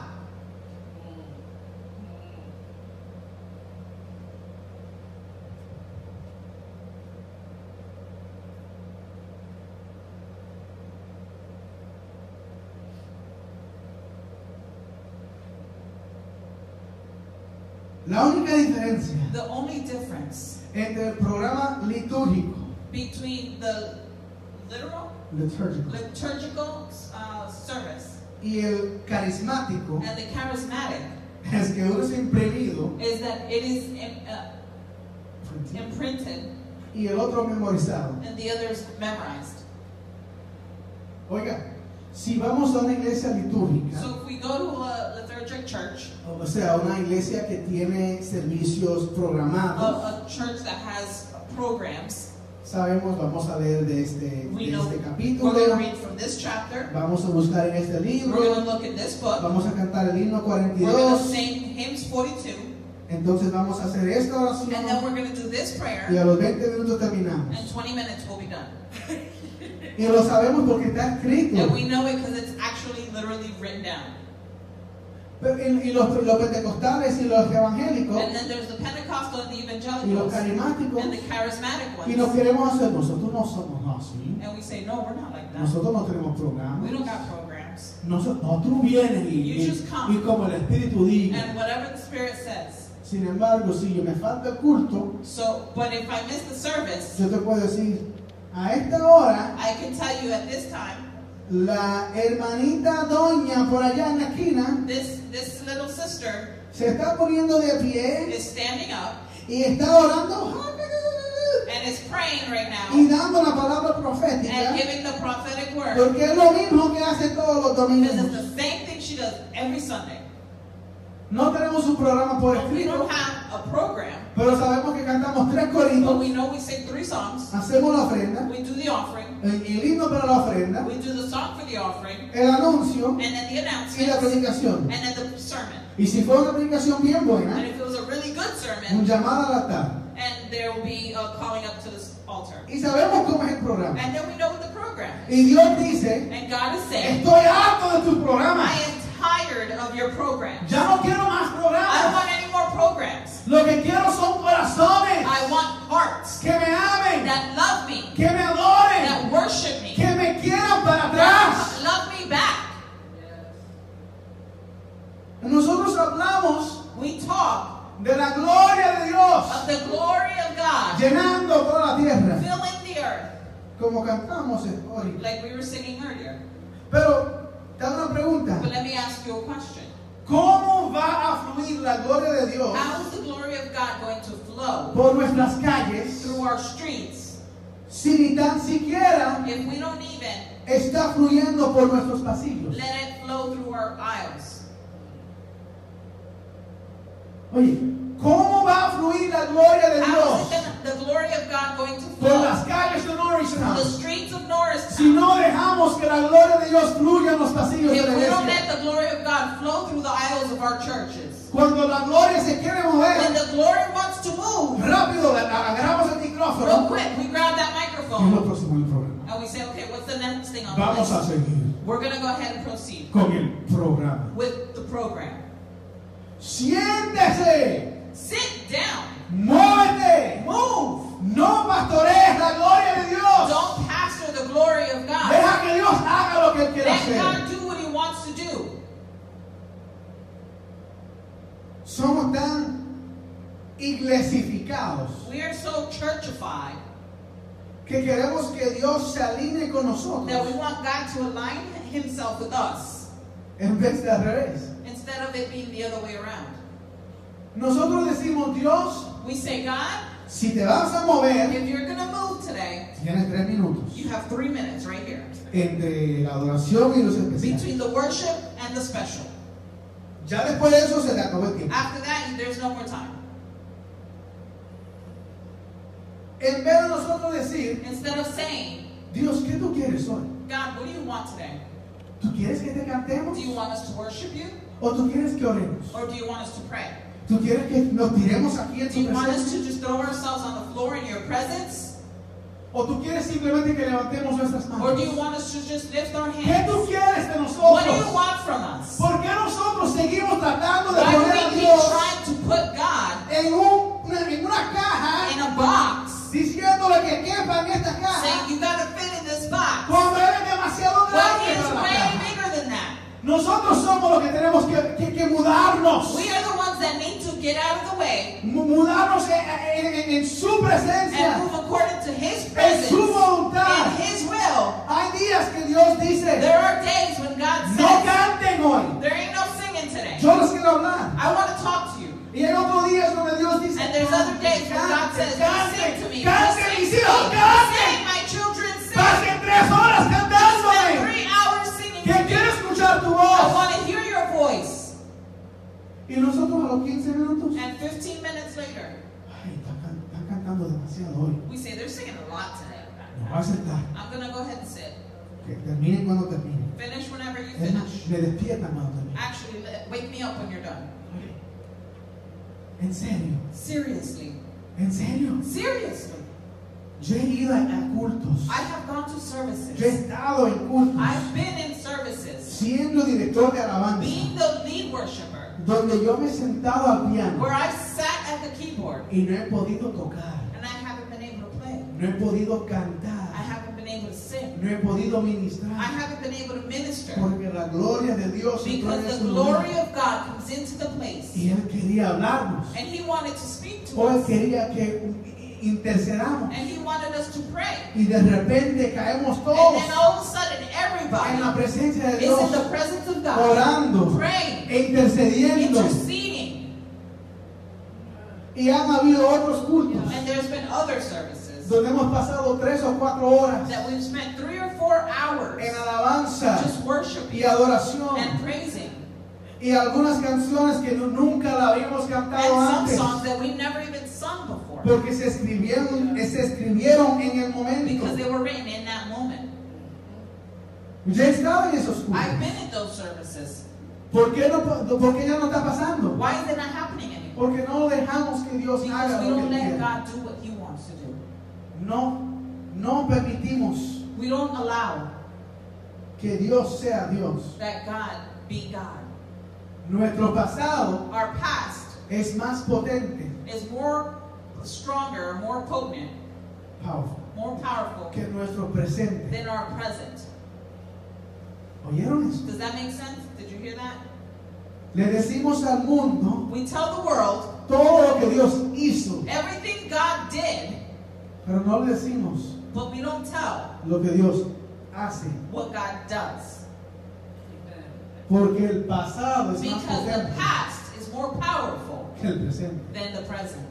La única diferencia
The only difference
entre el programa litúrgico,
between the literal,
litúrgico
liturgical uh, service
y el carismático
and the charismatic
es que uno es imprimido
is that it is im- uh, imprinted
y el otro memorizado.
and the others memorized.
Oiga, si vamos a una iglesia litúrgica,
So if we go to a liturgic church,
o sea, una iglesia que tiene servicios
a,
programados,
a church that has programs,
sabemos, vamos a leer de este, de
we know
este
we're
capítulo,
going to read from this chapter,
vamos a buscar en este
we're going to
libro,
look in this book,
vamos a cantar el himno
we're going to
42,
sing hymns 42,
entonces vamos a hacer esta
and then
oración
we're going to do this
y
prayer,
a los 20 minutos terminamos.
and 20 minutes we'll be done.
Y lo sabemos porque está escrito.
And we know it because it's actually literally written down.
Pero- Y, y los, los pentecostales y los evangélicos
And then there's the Pentecostal and the
y los
Evangelicals,
carismáticos
and the charismatic
y nos
ones.
queremos hacer, nosotros no somos así,
And we say, no, we're not like that.
nosotros no tenemos programa.
We don't got programs.
Nosotros, nosotros vienen y,
You just come.
y como el Espíritu diga.
And whatever the Spirit says.
Sin embargo, si yo me falta el culto,
So, but if I miss the service,
yo te puedo decir, a esta hora,
I can tell you at this time,
la hermanita doña por allá en la esquina
this this little sister
se está poniendo de pie
is standing up
y está orando
and is praying right
y
now
dando la palabra profética.
and giving the prophetic word
Porque es lo mismo que hace todos los
because
domingos.
it's the same thing she does every Sunday.
No tenemos un programa por
But we
escrito,
don't have a program,
pero sabemos que cantamos tres
but
corintios,
we know we sing three songs,
hacemos la ofrenda,
we do the offering,
el el himno para la ofrenda,
we do the song for the offering,
el anuncio
and then the
y la
announcements,
predicación.
and then the sermon.
Y si fue una predicación bien
And
buena,
if it was a really good
un
sermon,
llamado a la tarde.
and there will be a calling up to the altar.
Y sabemos cómo es el programa.
And then we know the program.
Y Dios dice,
And God is saying,
estoy harto de tu programa.
I am tired of of your programs.
Ya no quiero más
I don't
programas.
want any more programs.
Lo que quiero son corazones
I want hearts
que me amen,
that love me,
que me adoren,
that worship me,
que me quieran para atrás.
that love me back.
Nosotros hablamos
We talk
de la gloria de Dios
of the glory of God
llenando toda la tierra,
filling the earth,
como cantamos en hoy.
like we were singing earlier.
Pero te hago una pregunta.
But let me ask you a question.
¿Cómo va a fluir la gloria de Dios
How is the glory of God going to flow
por nuestras calles
through our streets
si ni tan siquiera
if we don't even
está fluyendo por nuestros pasillos?
let it flow through our aisles?
Oye, ¿cómo va a fluir la gloria de
How is
Dios
it gonna- the glory of God going to
por
flow
las calles de
the
Norristown
streets of Norristown?
si no dejamos que la gloria de Dios fluya en los pasillos de la
If we don't
iglesia?
let the glory of God flow through the aisles of our churches,
Cuando la gloria se quiere
when
mover,
the glory wants to move,
rápido la- la- agarramos el
real
micrófono
quick, we grab that
y lo
microphone
próximo en el programa.
and we say, okay, what's the next thing on the
Vamos a
list?
seguir
We're going to go ahead and proceed
con el programa.
with the program.
Siéntese,
Sit down.
muévete,
Move.
no pastorees la gloria de Dios.
Don't pastor the glory of God.
Deja que Dios haga lo que Él quiere
Let
hacer.
God do what He wants to do.
Somos tan iglesificados
We are so churchified
que queremos que Dios se alinee con
that we
nosotros
want God to align Himself with us
en vez de al revés.
instead of it being the other way around.
Nosotros decimos, Dios,
We say, God,
si te vas a mover,
if you're going to move today,
tienes tres minutos
you have three minutes right here
entre la adoración y los especiales.
between the worship and the special.
Ya después de eso se te acabó el tiempo.
After that, there's no more time.
En vez de nosotros decir,
Instead of saying,
Dios, ¿qué tú quieres hoy?
God, what do you want today?
¿Tú quieres que te cantemos?
Do you want us to worship you
¿O tú quieres que oremos?
or do you want us to pray?
¿Tú quieres que nos tiremos aquí en
Do
tu
you want us
presencia?
to just throw ourselves on the floor in your presence
¿O tú quieres simplemente que levantemos nuestras
or do you
manos?
want us to just lift our
¿Qué
hands?
tú quieres de
What do you
nosotros?
want from us?
¿Por qué nosotros seguimos tratando de
Why do
poner a
we keep
Dios
trying to put God
en, un- una, en una
in
caja
a box
diciéndole que quepa en esta
saying
caja
you gotta fit in this box
cuando eres demasiado
when
grande
He is
para la
way
caja?
bigger than that?
Nosotros somos los que tenemos que, que- que mudarnos,
We are the ones that need to get out of the way
Mu- mudarnos en, en- en- en su
and
presencia,
move according to His
en
presence
su
and
voluntad.
His will.
Hay días que Dios dice,
There are days when God
no
says,
canten hoy,
There ain't no singing today.
yo les quiero hablar.
I want to talk to you.
Y hay otros días donde Dios dice,
And there's other days when God says,
canten,
"Just Sing to
canten,
me. Just
canten,
Sing
mis
to me.
hijos, canten.
Sing, my children sing.
Pasen tres horas
Spend
cantándome.
three hours singing
Que
to me.
quiero escuchar tu
I
voz.
want to hear your voice.
Y nosotros a los 15 minutos.
And 15 minutes later,
Ay, está, can- está cantando demasiado hoy.
we say, They're singing a lot today.
Nos va a sentar.
I'm going to go ahead and sit.
Que termine cuando termine.
Finish whenever you
Es más,
finish.
Me despierta cuando termine.
Actually, let- wake me up when you're done.
En serio,
Seriously.
en serio.
Seriously.
Yo he ido a, a cultos.
I have gone to
Yo he
services.
estado en cultos.
I've been in services.
Siendo director de alabanza.
Being the lead worshiper,
Donde yo me he sentado al piano.
where I've sat at the keyboard
Y no he podido tocar.
and I haven't been able to play.
No he podido
I
cantar.
haven't been able to sing.
No he podido
I
ministrar.
haven't been able to minister.
Porque la gloria de Dios entró en
Because
ese
the glory
lugar.
of God comes into the place.
y Él quería hablarnos.
And He wanted to speak to
O Él
us.
quería que intercedamos.
And He wanted us to pray.
Y de repente caemos
And
todos
then all of a sudden,
en Oh. la
everybody
presencia de
is
Dios,
in the presence of God,
orando
praying,
e intercediendo.
interceding.
Y han habido otros cultos
And there's been other services
donde hemos pasado tres o cuatro horas
that we've spent three or four hours
en alabanza
just
y
worshiping and
adoración.
praising.
Y algunas canciones que no- nunca la habíamos cantado
And some
antes.
songs that we've never even sung before.
Porque se escribieron, se escribieron en el momento.
Because they were written in that moment.
Ya he estado en esos cultos.
I've been at those services.
¿Por qué, no, ¿Por qué ya no está pasando?
Why is it not happening anymore?
Porque no dejamos que Dios haga
Because we
lo que Él
don't let
quiere.
God do what He wants to do.
No, no permitimos
We don't allow
que Dios sea Dios.
that God be God.
Nuestro pasado
Our past
es más potente,
is more stronger, more potent,
powerful,
more powerful
que nuestro presente.
than our present.
¿Oyeron eso?
Does that make sense? Did you hear that?
Le decimos al mundo
We tell the world
todo lo que Dios hizo,
everything God did,
pero no le decimos
but we don't tell
lo que Dios hace,
what God does.
porque el pasado es más
Because the
potente
past is more powerful
que el presente.
than the present.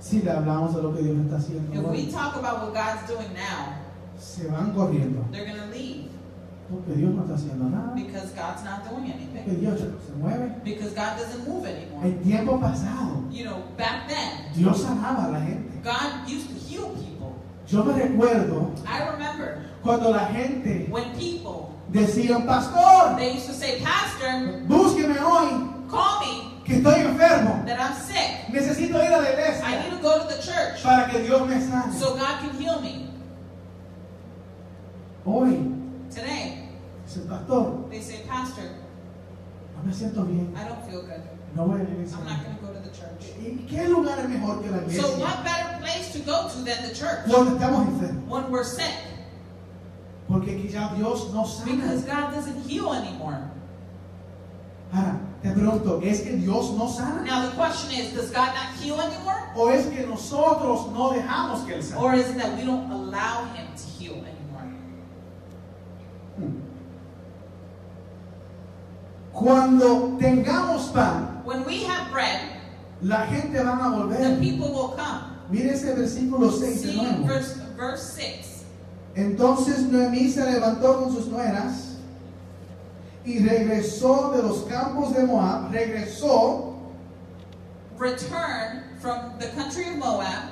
Si le hablamos de lo que Dios está haciendo,
If we
ahora,
talk about what God's doing now,
se van corriendo,
they're going to leave
porque Dios no está haciendo nada,
because God's not doing
que
anything.
Dios se mueve.
Because God doesn't move anymore.
En tiempo pasado,
You know, back then,
Dios sanaba a la gente.
God used to heal people.
Yo me recuerdo
I remember
cuando la gente
when people,
decía, pastor,
they used to say, Pastor,
búsqueme hoy,
call me
que estoy enfermo.
that I'm sick.
Necesito ir a la
I
iglesia
need to go to the church
para que Dios me sane.
so God can heal me.
Hoy,
Today,
dice el pastor,
they say, Pastor,
no me siento bien,
I don't feel good.
no voy a la
I'm not
iglesia.
going to go to the church.
¿Y qué lugar es mejor que la
So
iglesia?
what better place to go to than the church
Cuando estamos enfermos,
when we're sick?
porque aquí ya Dios nos sana.
Because God doesn't heal anymore.
Ahora, te pregunto, ¿es que Dios nos sana?
Now the question is, does God not heal anymore?
¿O es que nosotros no dejamos que Él sane?
Or is it that we don't allow him to heal anymore?
Cuando tengamos pan,
When we have bread,
la gente va a
the
volver.
people will come.
Mire ese versículo 6 de
See
nuevo.
verse, verse 6.
Entonces Noemí se levantó con sus nueras y regresó de los campos de Moab, regresó
Return from the country of Moab.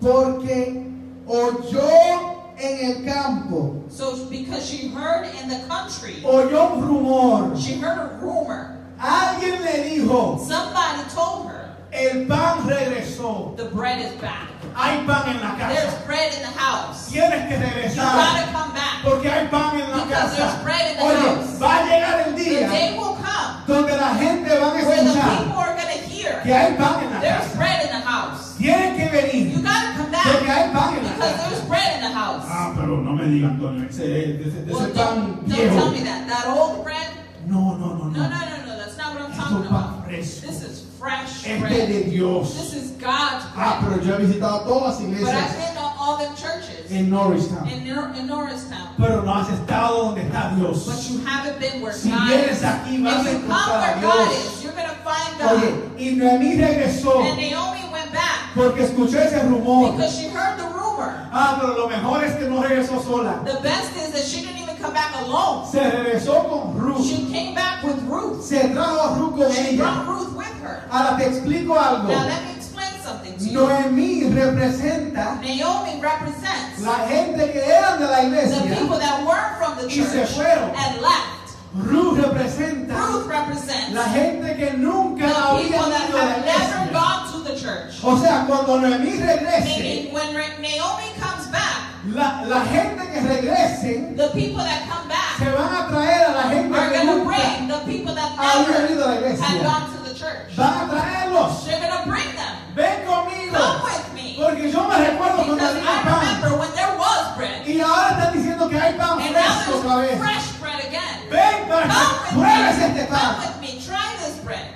porque oyó en el campo,
So because she heard in the country,
oyó un rumor.
she heard a rumor.
Alguien le dijo,
Somebody told her,
el pan regresó,
the bread is back.
hay pan en la
There's
casa,
bread in the house. You
tienes que regresar
gotta come back.
porque hay pan en la
Because there's
casa.
bread in the
Oye,
house.
va a llegar el
The
día
day will come
donde la gente va a
where the
escuchar
people are gonna
que
hear
hay pan en la
there's
casa.
bread in the house.
Tienen que venir.
You gotta come
Porque
back
hay pan en la
because there's
casa.
bread in the house.
Ah, pero no me diga, Antonio, ese, ese, ese
Well,
pan
don't, don't tell
viejo.
me that. That old bread?
No, no, no, no.
No, no, no, no. That's not what I'm
Esto
talking
es pan
about.
fresco.
This is fresh
Este
bread.
de
This
Dios.
is God's
Ah,
bread.
pero yo he visitado todas las
But I've
iglesias
been to all them churches in,
en Norristown.
Nor- in Norristown.
Pero no has estado donde está
But
Dios.
you haven't been where
Si
God
vienes
is. If
aquí,
you
vas
come
a
where
encontrar a
God
Dios.
is, you're going to find God.
Oye, y Noemí regresó
And Naomi went back
porque escuché ese rumor.
because she heard the rumor.
Ah, pero lo mejor es que no regresó sola.
The best is that she didn't even come back alone.
Se regresó con Ruth.
She came back with Ruth.
Se trajo a Ruth con
She
ella.
brought Ruth with her.
Ahora te explico algo.
Now let me explain something to you.
Noemí representa
Naomi represents the
la gente que eran de la iglesia.
people that weren't from the
Y se
church
fueron.
and left.
Ruth representa
Ruth represents
la
the
gente que nunca había
people that
ido a la
have never
iglesia.
gone to the church.
O sea, cuando Noemí regrese,
Meaning, when Ra- Naomi comes back,
la, la gente que regrese
the people that come back
se van a traer a la gente
are
que
going to
nunca
bring the people that
había ido a la
never had
iglesia.
gone to the church.
Van a traerlos.
They're going to bring them.
Ven conmigo.
Come with me.
Porque yo me recuerdo cuando
Because
había
I
pan.
remember when there was bread,
Y ahora están diciendo que hay pan
and now
fresco otra
there's
vez.
fresh bread again.
Ven para que
Come
pruebes
with me.
este
Come
pan.
with me. Try this bread.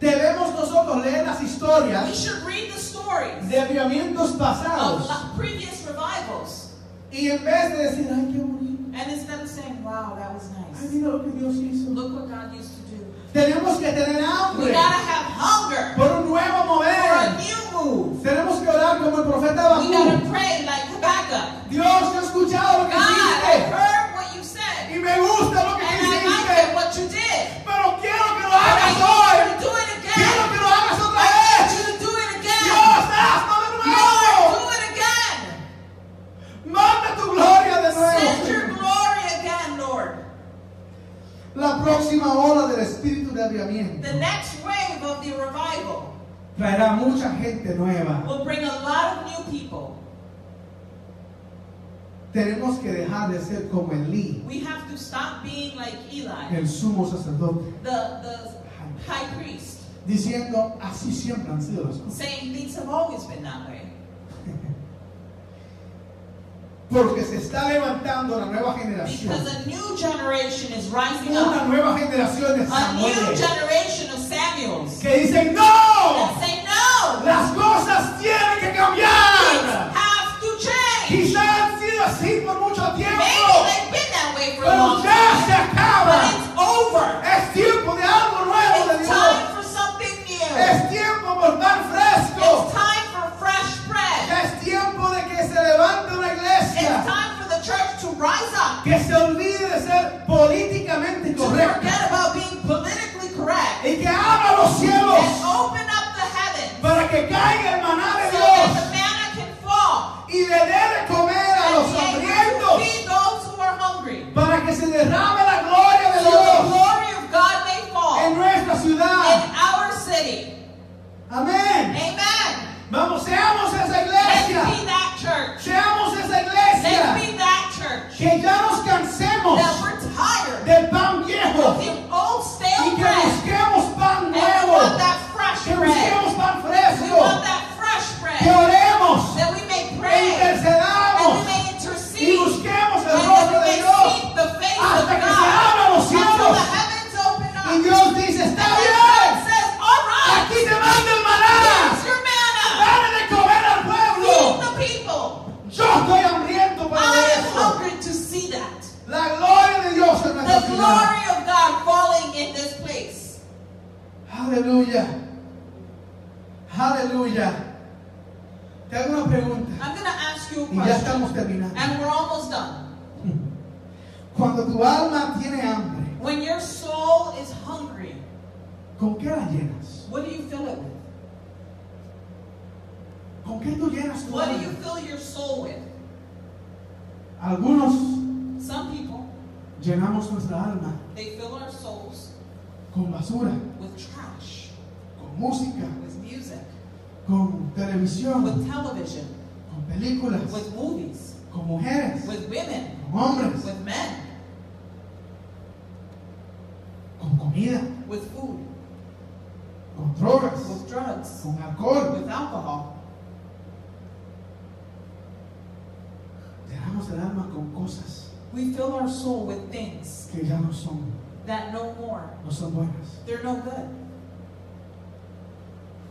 Debemos nosotros leer las
We
historias
should read the stories
de avivamientos
of
pasados.
lo- previous revivals,
Y en vez de decir, ay, qué bonito.
and instead of saying, "Wow, that was
Ay,
nice,"
mira lo que Dios hizo.
look what God used to do.
Tenemos que tener
We
hambre
gotta have hunger
por un nuevo
for a
mover.
new move.
Tenemos que orar como el profeta
We gotta
Bakú.
pray like Habakkuk.
Dios, yo he escuchado lo
God,
que
I
hiciste.
heard what you said,
Y me gusta lo
and
que
I like it
hiciste.
what you did.
Pero quiero que lo
But I
hagas
need
hoy.
you to do it
Quiero
again.
que lo hagas otra
I
vez.
need you to do it again.
Dios, hazlo de
Lord,
nuevo.
do it again.
Manda tu gloria de
Send your
nuevo.
glory again, Lord.
La próxima ola del espíritu de avivamiento
The next wave of the revival
traerá mucha gente nueva.
will bring a lot of new people.
tenemos que dejar de ser como Elí,
We have to stop being like Eli,
el sumo sacerdote,
the, the high priest,
diciendo, así siempre han sido las cosas.
saying things have always been that way.
Porque se está levantando la nueva generación,
Because a new generation is rising
una
up,
nueva generación de
a new
Samuel,
generation of Samuels
que dicen, no,
that say no,
las cosas tienen que
things
cambiar.
have to change.
Quizás han sido así por mucho
Maybe
tiempo,
they've been that way for a
pero
long
ya se
time, but
acaba.
it's over.
Es tiempo de algo nuevo de
It's
Dios.
time for something new.
Es tiempo por pan fresco.
It's time for fresh bread.
Es tiempo de que se levante una
It's
iglesia
time for the church to rise up.
que se olvide de ser políticamente
To
correcta
forget about being politically correct
y que abra los cielos
and open up the heavens
para que caiga el maná de
so that
Dios
the manna can fall
y le dé de comer a
and
los
be able to
hambrientos
feed those who are hungry.
para que se derrame la gloria
So
de
the
Dios
glory of God may fall
en
in
nuestra ciudad.
our city.
Amén.
Amen.
Vamos, seamos esa
Let's be
iglesia.
that church.
Seamos esa
Let's
iglesia
be that church.
que ya nos
That
cansemos
we're tired
del pan viejo
of the
y
old stale
que
bread.
busquemos pan
And we want
nuevo,
that fresh
que
bread.
busquemos pan
We want
fresco,
that fresh
que
bread
oremos,
that we may
que
pray and we
intercedamos
may
y
intercede and
busquemos el
that we
rostro de
may
Dios
seek the face of
hasta que se
God
abran los
until the
cielos.
heavens open
Y
up.
Dios dice, está
And God
bien,
says, All right,
aquí te mando el maná,
here's your manna.
dale de comer al
Feed
pueblo.
the people.
Yo estoy hambriento para
I
ver
am
eso.
hungry to see that.
La gloria de Dios en nuestra
The
ciudad.
glory of God falling in this place.
Aleluya. Aleluya. Te hago una pregunta
I'm going to ask you a
y ya
question,
estamos terminando.
and we're almost done.
Cuando tu alma tiene hambre,
When your soul is hungry,
¿con qué la llenas?
what do you fill it with?
¿Con qué tú llenas tu
What do you
alma?
fill your soul with?
Algunos
Some people,
llenamos nuestra alma
they fill our souls
con basura,
with trash,
con música,
with music,
con televisión,
with television,
con películas,
with movies,
con mujeres,
with women,
con hombres,
with men,
con comida,
with food,
con drogas,
with drugs,
con alcohol.
with alcohol.
Llenamos el alma con cosas
We fill our soul with things
que ya no son,
that no more,
no son buenas.
they're no good.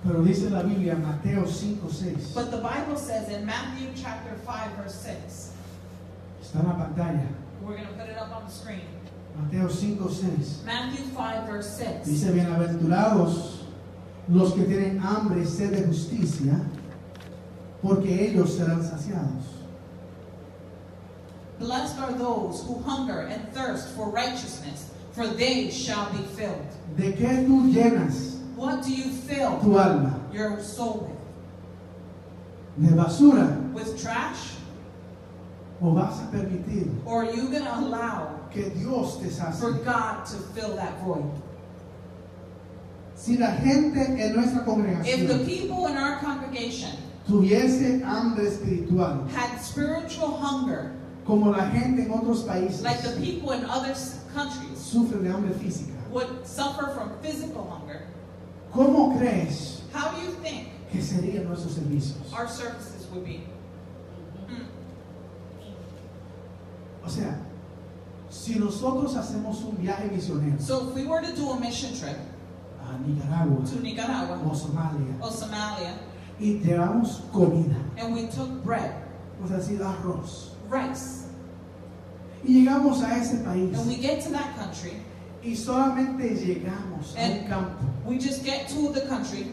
Pero dice la Biblia, Mateo 5, 6,
But the Bible says in Matthew chapter 5, verse 6,
está en la pantalla,
we're going to put it up on the screen.
Mateo 5, 6.
Matthew 5, verse 6.
Dice, bienaventurados los que tienen hambre y sed de justicia, porque ellos serán saciados.
Blessed are those who hunger and thirst for righteousness, for they shall be filled.
¿De qué tú llenas
What do you fill
tu alma?
your soul
¿De basura?
with? With trash?
¿O vas a permitir
Or are you going to allow
que Dios te
for
sacie?
God to fill that void?
Si la gente en nuestra
If the
congregación
people in our congregation
tuviese hambre espiritual,
had spiritual hunger,
como la gente en otros
like the
países
people in other s- countries
sufre de hambre física,
would suffer from physical hunger,
¿cómo crees
how do you think
que serían nuestros servicios?
our services would be? Mm.
O sea, si nosotros hacemos un viaje misionero,
So if we were to do a mission trip
a Nicaragua
to Nicaragua
o Somalia
or Somalia
y llevamos comida,
and we took bread,
o sea, decir, arroz.
rice,
Y llegamos a ese país
and we get to that country,
y solamente llegamos a un
And-
campo
we just get to the country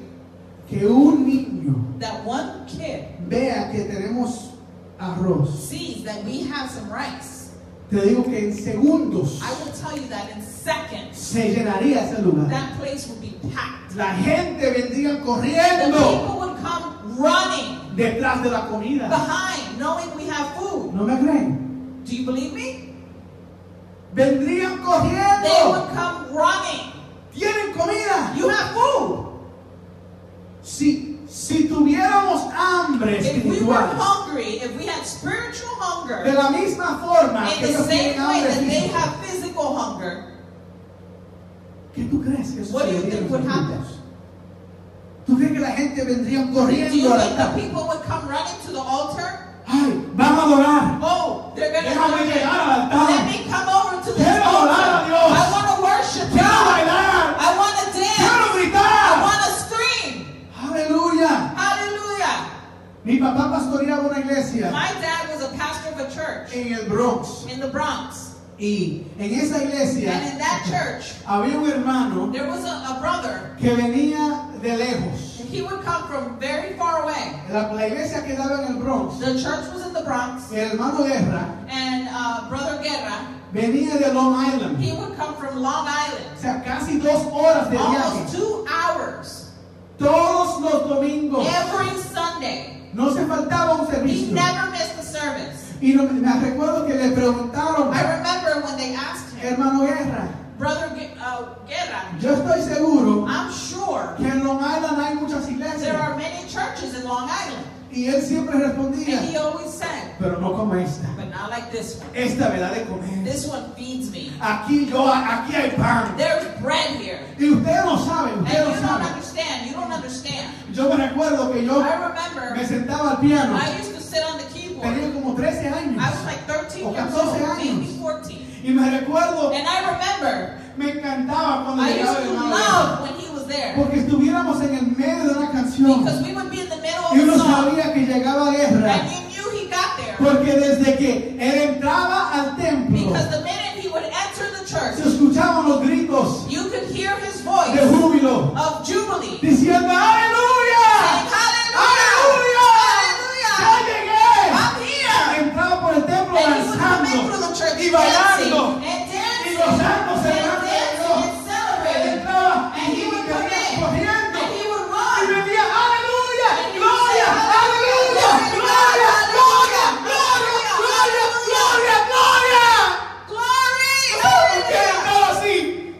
que un niño
that one kid
vea que tenemos arroz.
sees that we have some rice.
Te digo que en segundos
I will tell you that in seconds,
se llenaría ese lugar.
that place would be packed.
La gente vendría
The
corriendo
people would come running
detrás de la comida.
behind, knowing we have food.
¿No me creen?
Do you believe me?
Vendrían
They would
corriendo.
come running.
Tienen comida.
You have food.
Si, si tuviéramos hambre
If we were
espiritual,
hungry, if we had spiritual hunger,
De la misma forma
in
que
the
ellos
same
tienen
way
hambre
that they
física.
have physical hunger,
¿Qué tú crees que
What do you
sucedería en
think
los
would happen?
tiempos? ¿Tú crees que la gente vendría
do you think
corriendo al
that
altar?
people would come running to the altar?
¡Ay, van a adorar!
Oh, they're going to
Déjame llegar al
Let
altar.
me Ah, come ah, over to this
Quiero adorar a
altar.
Dios.
I want to worship
Quiero
God.
bailar.
I want to
Quiero
dance. I
gritar.
want to scream.
Aleluya.
Hallelujah.
Mi papá pastoreaba una iglesia
My dad was a pastor of a church
en el Bronx.
in the Bronx.
Y en esa
And
iglesia
in that church,
había un hermano
there was a, a brother.
que venía de lejos.
and He would come from very far away.
La, la iglesia quedaba en el Bronx.
The church was in the Bronx.
El hermano Guerra
And uh, Brother Guerra,
venía de Long Island.
he would come from Long
O
Island.
sea, casi dos horas de viaje.
Almost two hours
Todos los domingos.
every Sunday.
No se faltaba un
He
servicio.
never missed a service.
Y no- me recuerdo que le preguntaron,
I remember when they asked him,
hermano Guerra,
Brother Gu- uh, Guerra,
Yo estoy seguro
I'm sure
que en Long Island hay muchas
there
iglesias.
are many churches in Long Island.
Y él siempre
And
respondía,
he always said,
pero no como esta.
but not like this one.
Esta me da de comer.
This one feeds me.
Aquí yo, aquí hay pan.
There's bread here.
Y ustedes lo saben,
And
ustedes lo
you don't
saben.
understand. You don't understand.
Yo me recuerdo que yo
I
me
remember
sentaba al piano.
I used to sit on the keyboard.
Tenía como 13
I was
años.
like 13
O
years
14
old, maybe
años.
14.
Y me recuerdo,
And I remember
me encantaba cuando
I
llegaba el
used to
hermano Guerra.
love when he was there
Porque estuviéramos en el medio de una canción.
because we would be in the middle
Y
of
uno
a song
sabía que llegaba guerra.
and you knew he got there.
Porque desde que él entraba al templo,
Because the minute he would enter the
se
church,
escuchaban los gritos
you could hear his
de
voice
júbilo,
of jubilee.
diciendo
Saying,
aleluya,
Hallelujah!
aleluya, ya llegué.
I'm here!
Entraba por el templo
And he would come in
danzando
through the church
y
dancing
bailando
and
y
dancing
gozando
and
delante de
dancing
Dios.
and
Él
celebrating.
entraba
And
y
he would come
venía
in
corriendo
and he would
y
run.
venía aleluya,
And he would say,
gloria, aleluya, gloria, gloria, gloria, gloria, gloria, gloria. ¿Sabe por qué le
Glory!
entraba así?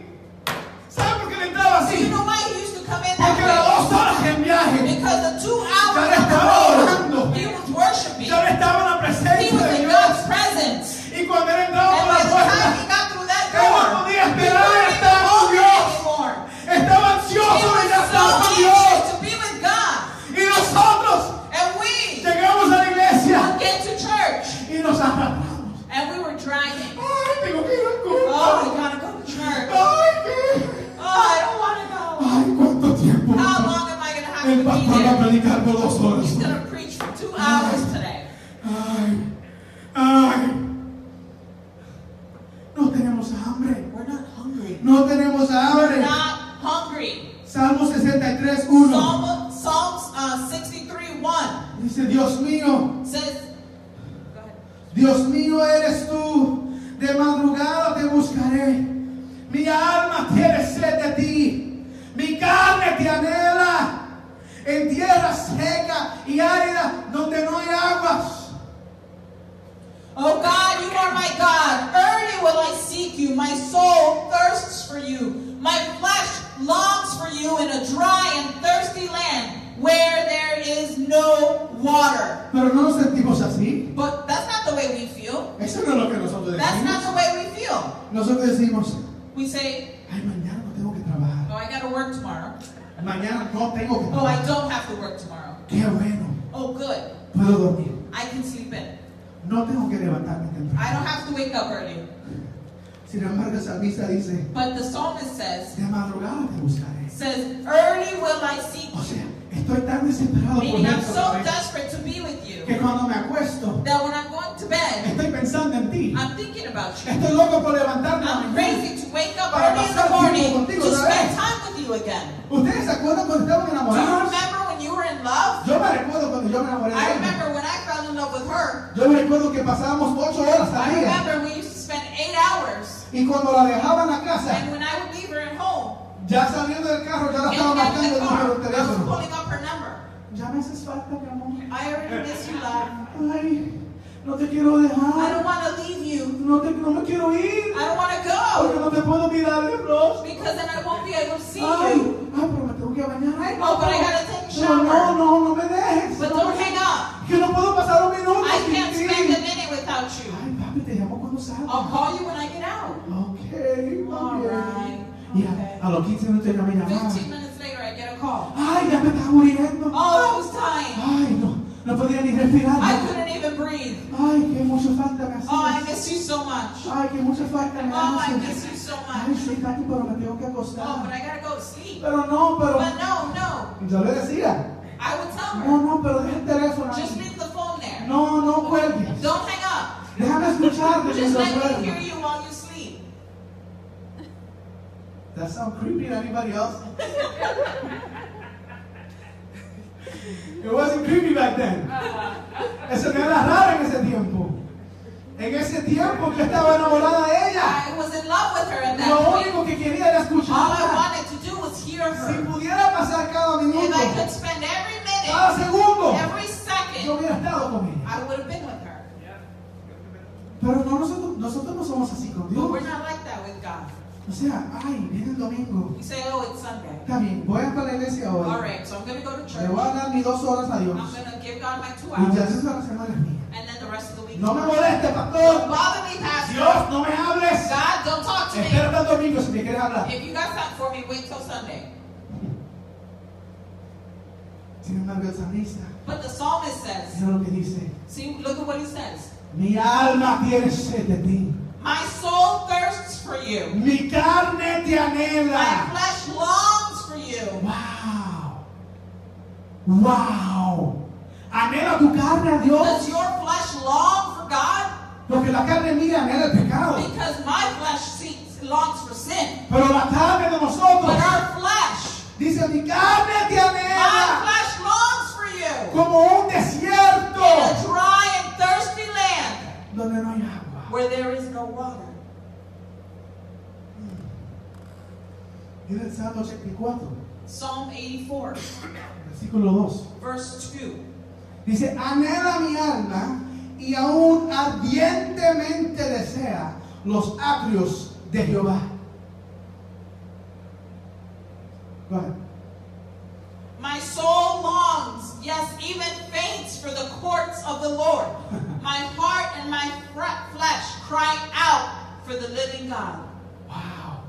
¿Sabe por qué le entraba
Do you
así?
know why he used to come in
Porque las
that way?
dos horas en viaje
Because the two
Ya le
hours
estaba
of the
orando.
road, he was worshiping.
yo le estaba en la
He
presencia
was
de
in
Dios.
God's presence.
Y cuando él entraba
And
por
by
la
the time he
puerta,
got through that
él
door,
no podía
he
esperar
wasn't even
estar con
hungry
Dios.
anymore.
Estaba
He
ansioso de
was
ya
so
estar con
anxious
Dios.
to be with God.
Y nosotros
And we
llegamos a la iglesia
would get to church
y nos arrastramos.
and we were dragging.
Ay, tengo que ir al
Oh, we
culto.
gotta go to church. Oh,
Ay, qué.
I don't wanna
Ay, cuánto tiempo.
go. How long am I gonna
El
have to be
pastor va a
there?
predicar por dos horas.
He's gonna preach for two hours today.
Ay, ay. No tenemos hambre.
We're not hungry.
No tenemos
We're
hambre.
not hungry.
Salmo 63, 1.
Psalm, Psalms uh, 63 1
Dice, Dios mío,
says, Go ahead.
Dios mío eres tú. De madrugada te buscaré. Mi alma tiene sed de ti. Mi carne te anhela. En tierra seca y árida donde no hay aguas.
Oh God, you are my God. Early will I seek you. My soul thirsts for you. My flesh longs for you in a dry and thirsty land where there is no water.
Pero no nos sentimos así.
But that's not the way we feel.
Eso no es lo que nosotros
That's
decimos.
not the way we feel.
Nosotros decimos,
We say,
ay, mañana no tengo que trabajar.
Oh, I gotta work tomorrow.
Mañana no tengo que
Oh, I
trabajar.
don't have to work tomorrow.
Qué bueno.
Oh, good.
Puedo dormir.
I can sleep in.
No tengo que levantarme temprano.
I don't have to wake up early.
Sin embargo, esa misa dice,
But the psalmist says,
de madrugada te buscaré.
says, Early will I seek
O
you.
sea, estoy tan desesperado por
Meaning, I'm
eso
so
¿sabes?
desperate to be with you
que cuando me acuesto,
that when I'm going to bed,
estoy pensando en ti.
I'm thinking about you.
Estoy loco por levantarme. mañana.
I'm crazy to wake up
Para
early in
pasar
the morning
tiempo contigo
to
otra
spend
vez.
time with you again.
¿Ustedes se acuerdan cuando estaban
Do you
enamorados?
remember when you were in love?
Yo me recuerdo cuando yo me enamoré de
I
ella.
remember when I fell in love with her.
Yo me recuerdo que pasábamos ocho horas
I
al día.
remember we used to spend eight hours.
Y cuando la dejaban a casa,
And when I would leave her at home,
ya saliendo del carro, ya la estaba
getting out of
marcando
the
el
car,
número de
I was
teléfono.
pulling up her number.
Ya me haces falta, mi amor.
I already miss you, love.
Ay, no te quiero
I
dejar.
don't want to leave you.
No, te, no me quiero ir.
I don't want to go
Porque no te puedo mirar de rostro.
because then I won't be able to see you.
Ay, ay, pero me tengo que bañar. Ay,
Oh, but I gotta take a
Pero
shower. Pues
no, no, no me dejes.
But
no.
don't hang up.
Que no puedo pasar un minuto
I
sin
can't
ti.
spend a minute without about you.
Ay, papi, te llamo cuando
I'll
salga.
call you when I get out.
Ok,
Oh, All
papi.
right.
Y
Okay.
a, a los 15 minutos ya me llamaba.
15 minutes later, I get a call.
Ay, ya me estaba muriendo.
Oh, that was time.
Ay, no, no podía ni respirar.
I couldn't even breathe.
Ay, qué mucha falta me haces.
Oh, I miss you so much. Oh,
Ay, qué mucha falta me
I
haces.
miss you so
Ay,
much.
sí, papi, pero me tengo que
Oh, but
acostar.
I gotta go to sleep.
Pero no, pero...
But no, no.
Yo le decía,
I would tell
no,
her.
no, pero deja el teléfono
Just
ahí.
leave the phone there.
No, no cuelgues.
Don't hang up.
Déjame escucharte
Just
mientras
let me hear
duermo.
you while you sleep.
That sounds creepy to anybody else. It wasn't creepy back then. Eso no era raro en ese tiempo. En ese tiempo yo estaba enamorada de ella.
I was in love with her at that
Lo
point.
único que quería era
All I
escucharla.
wanted to do was hear
Si
her.
pudiera pasar cada
If
minuto,
I could spend every minute,
cada segundo,
every
yo
second,
hubiera estado con ella.
I would have been with her.
Pero no, nosotros, nosotros no somos así con
But
Dios.
we're not like that with God.
O sea, ay, viene el domingo.
We say, oh, it's Sunday.
Está bien, voy a ir para la iglesia
All
hoy.
right, so I'm going to go to
Le
church.
voy a dar mis dos horas a Dios.
I'm going to give God my two
Y ya
hours.
esas son las semanas mías.
And then the rest of the week.
No me moleste,
Don't
pastor.
bother me, Pastor.
Dios, no me hables.
God, don't talk to
Espera
me.
hasta el domingo si me quieres hablar.
If you got something for me, wait till Sunday.
Sin embargo, el salmista,
But the psalmist says,
mira lo que dice.
see, look at what he says.
Mi alma tiene sed de ti.
My soul thirsts for you.
Mi carne te
My
anhela.
flesh longs for you.
Wow. Wow. Anhela tu carne a
Does
Dios.
your flesh long for God?
Porque la carne mía anhela el pecado.
Because my flesh seeks, longs for sin.
Pero la carne de
But
nosotros
our flesh,
dice, mi carne te
my
anhela
flesh longs for you.
como un desierto
In a dry and thirsty land
donde no hay agua.
where there is no water.
Mira el Salmo 84,
Psalm 84,
versículo 2.
verse 2.
Dice, anhela mi alma y aún ardientemente desea los atrios de Jehová. Vale.
My soul longs, yes, even faints for the courts of
[LAUGHS]
the Lord. My heart and my fre- flesh cry out for the living God.
Wow.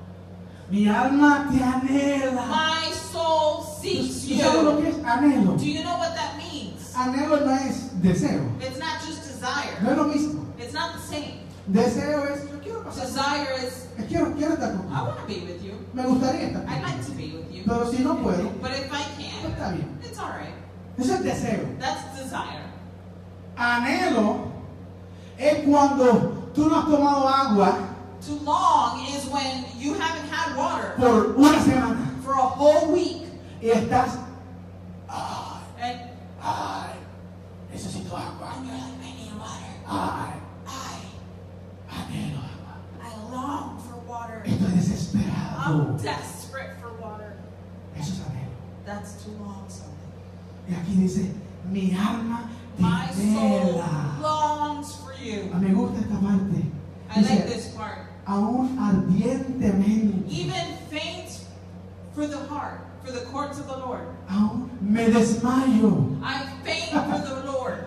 Mi alma te anhela.
My soul
[LAUGHS]
seeks
¿Tú sabes lo
you.
que es anhelo?
Do you know what that means?
Anhelo no es deseo.
It's not just
No
desire.
es lo mismo.
It's not the same.
Deseo es, yo quiero pasar.
Desire is,
Quiero, quiero estar
I
contigo.
want to be with you.
Me gustaría estar
I'd
contigo.
like to be with you.
Pero si no puedo,
But if I
pues
can,
está bien.
it's all right.
Eso es deseo.
That's desire.
Anhelo es cuando tú no has tomado agua
To long is when you haven't had water
por una semana
for a whole week
y estás, ay,
and
ay, necesito agua.
And you're like, I need water.
Ay,
I,
anhelo agua.
I long for
[LAUGHS]
water.
Estoy
I'm
desesperado.
desperate for water.
Eso es anhelo.
That's too long, something.
Y aquí dice, mi alma te
My soul
anhela.
longs for you.
Me gusta esta parte.
I like
Dice,
this part.
aún ardientemente.
Even faints for the heart, for the courts of the Lord.
Aún me desmayo.
I faint for the Lord.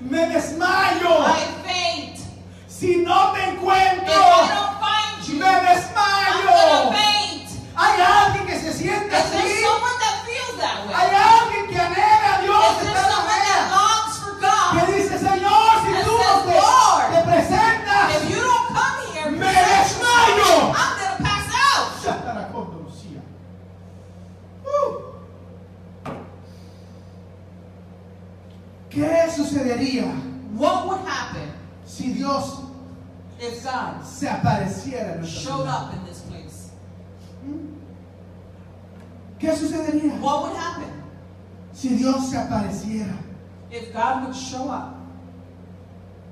Me desmayo.
I faint.
Si no te
If
encuentro,
I don't find
me
you, I'm gonna
desmayo.
faint.
Hay alguien que se
Is
siente así.
there someone that feels that way?
Hay alguien que anhela a
Is
Dios de
there
tal
someone that
manera
longs for God?
que dice, Señor, si
That
tú no
says,
te,
"Lord,
te presentas,
If you don't come here,
Me desmayo.
I'm gonna pass out.
Sataracón, Lucía. Uh. ¿Qué sucedería
What would happen
si Dios
if God
se apareciera en nuestra
showed
vida?
up in this place?
¿Qué sucedería
What would happen
si Dios se apareciera?
if God would show up?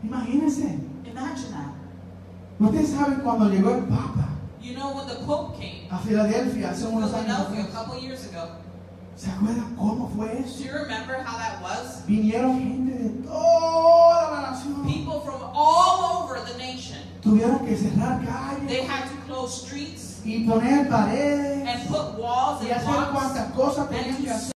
Imagínense,
Imagine that.
ustedes saben cuando llegó el Papa
You know when the Pope came
a Filadelfia hace
to
unos años.
Philadelphia a couple years ago.
¿Se acuerdan cómo fue
Do
eso?
you remember how that was?
Vinieron gente de toda la nación.
People from all over the nation.
Tuvieron que cerrar calles
They had to close streets
y poner paredes.
and put walls
y
and
hacer
blocks
cuantas cosas
and
tenían que
to
hacer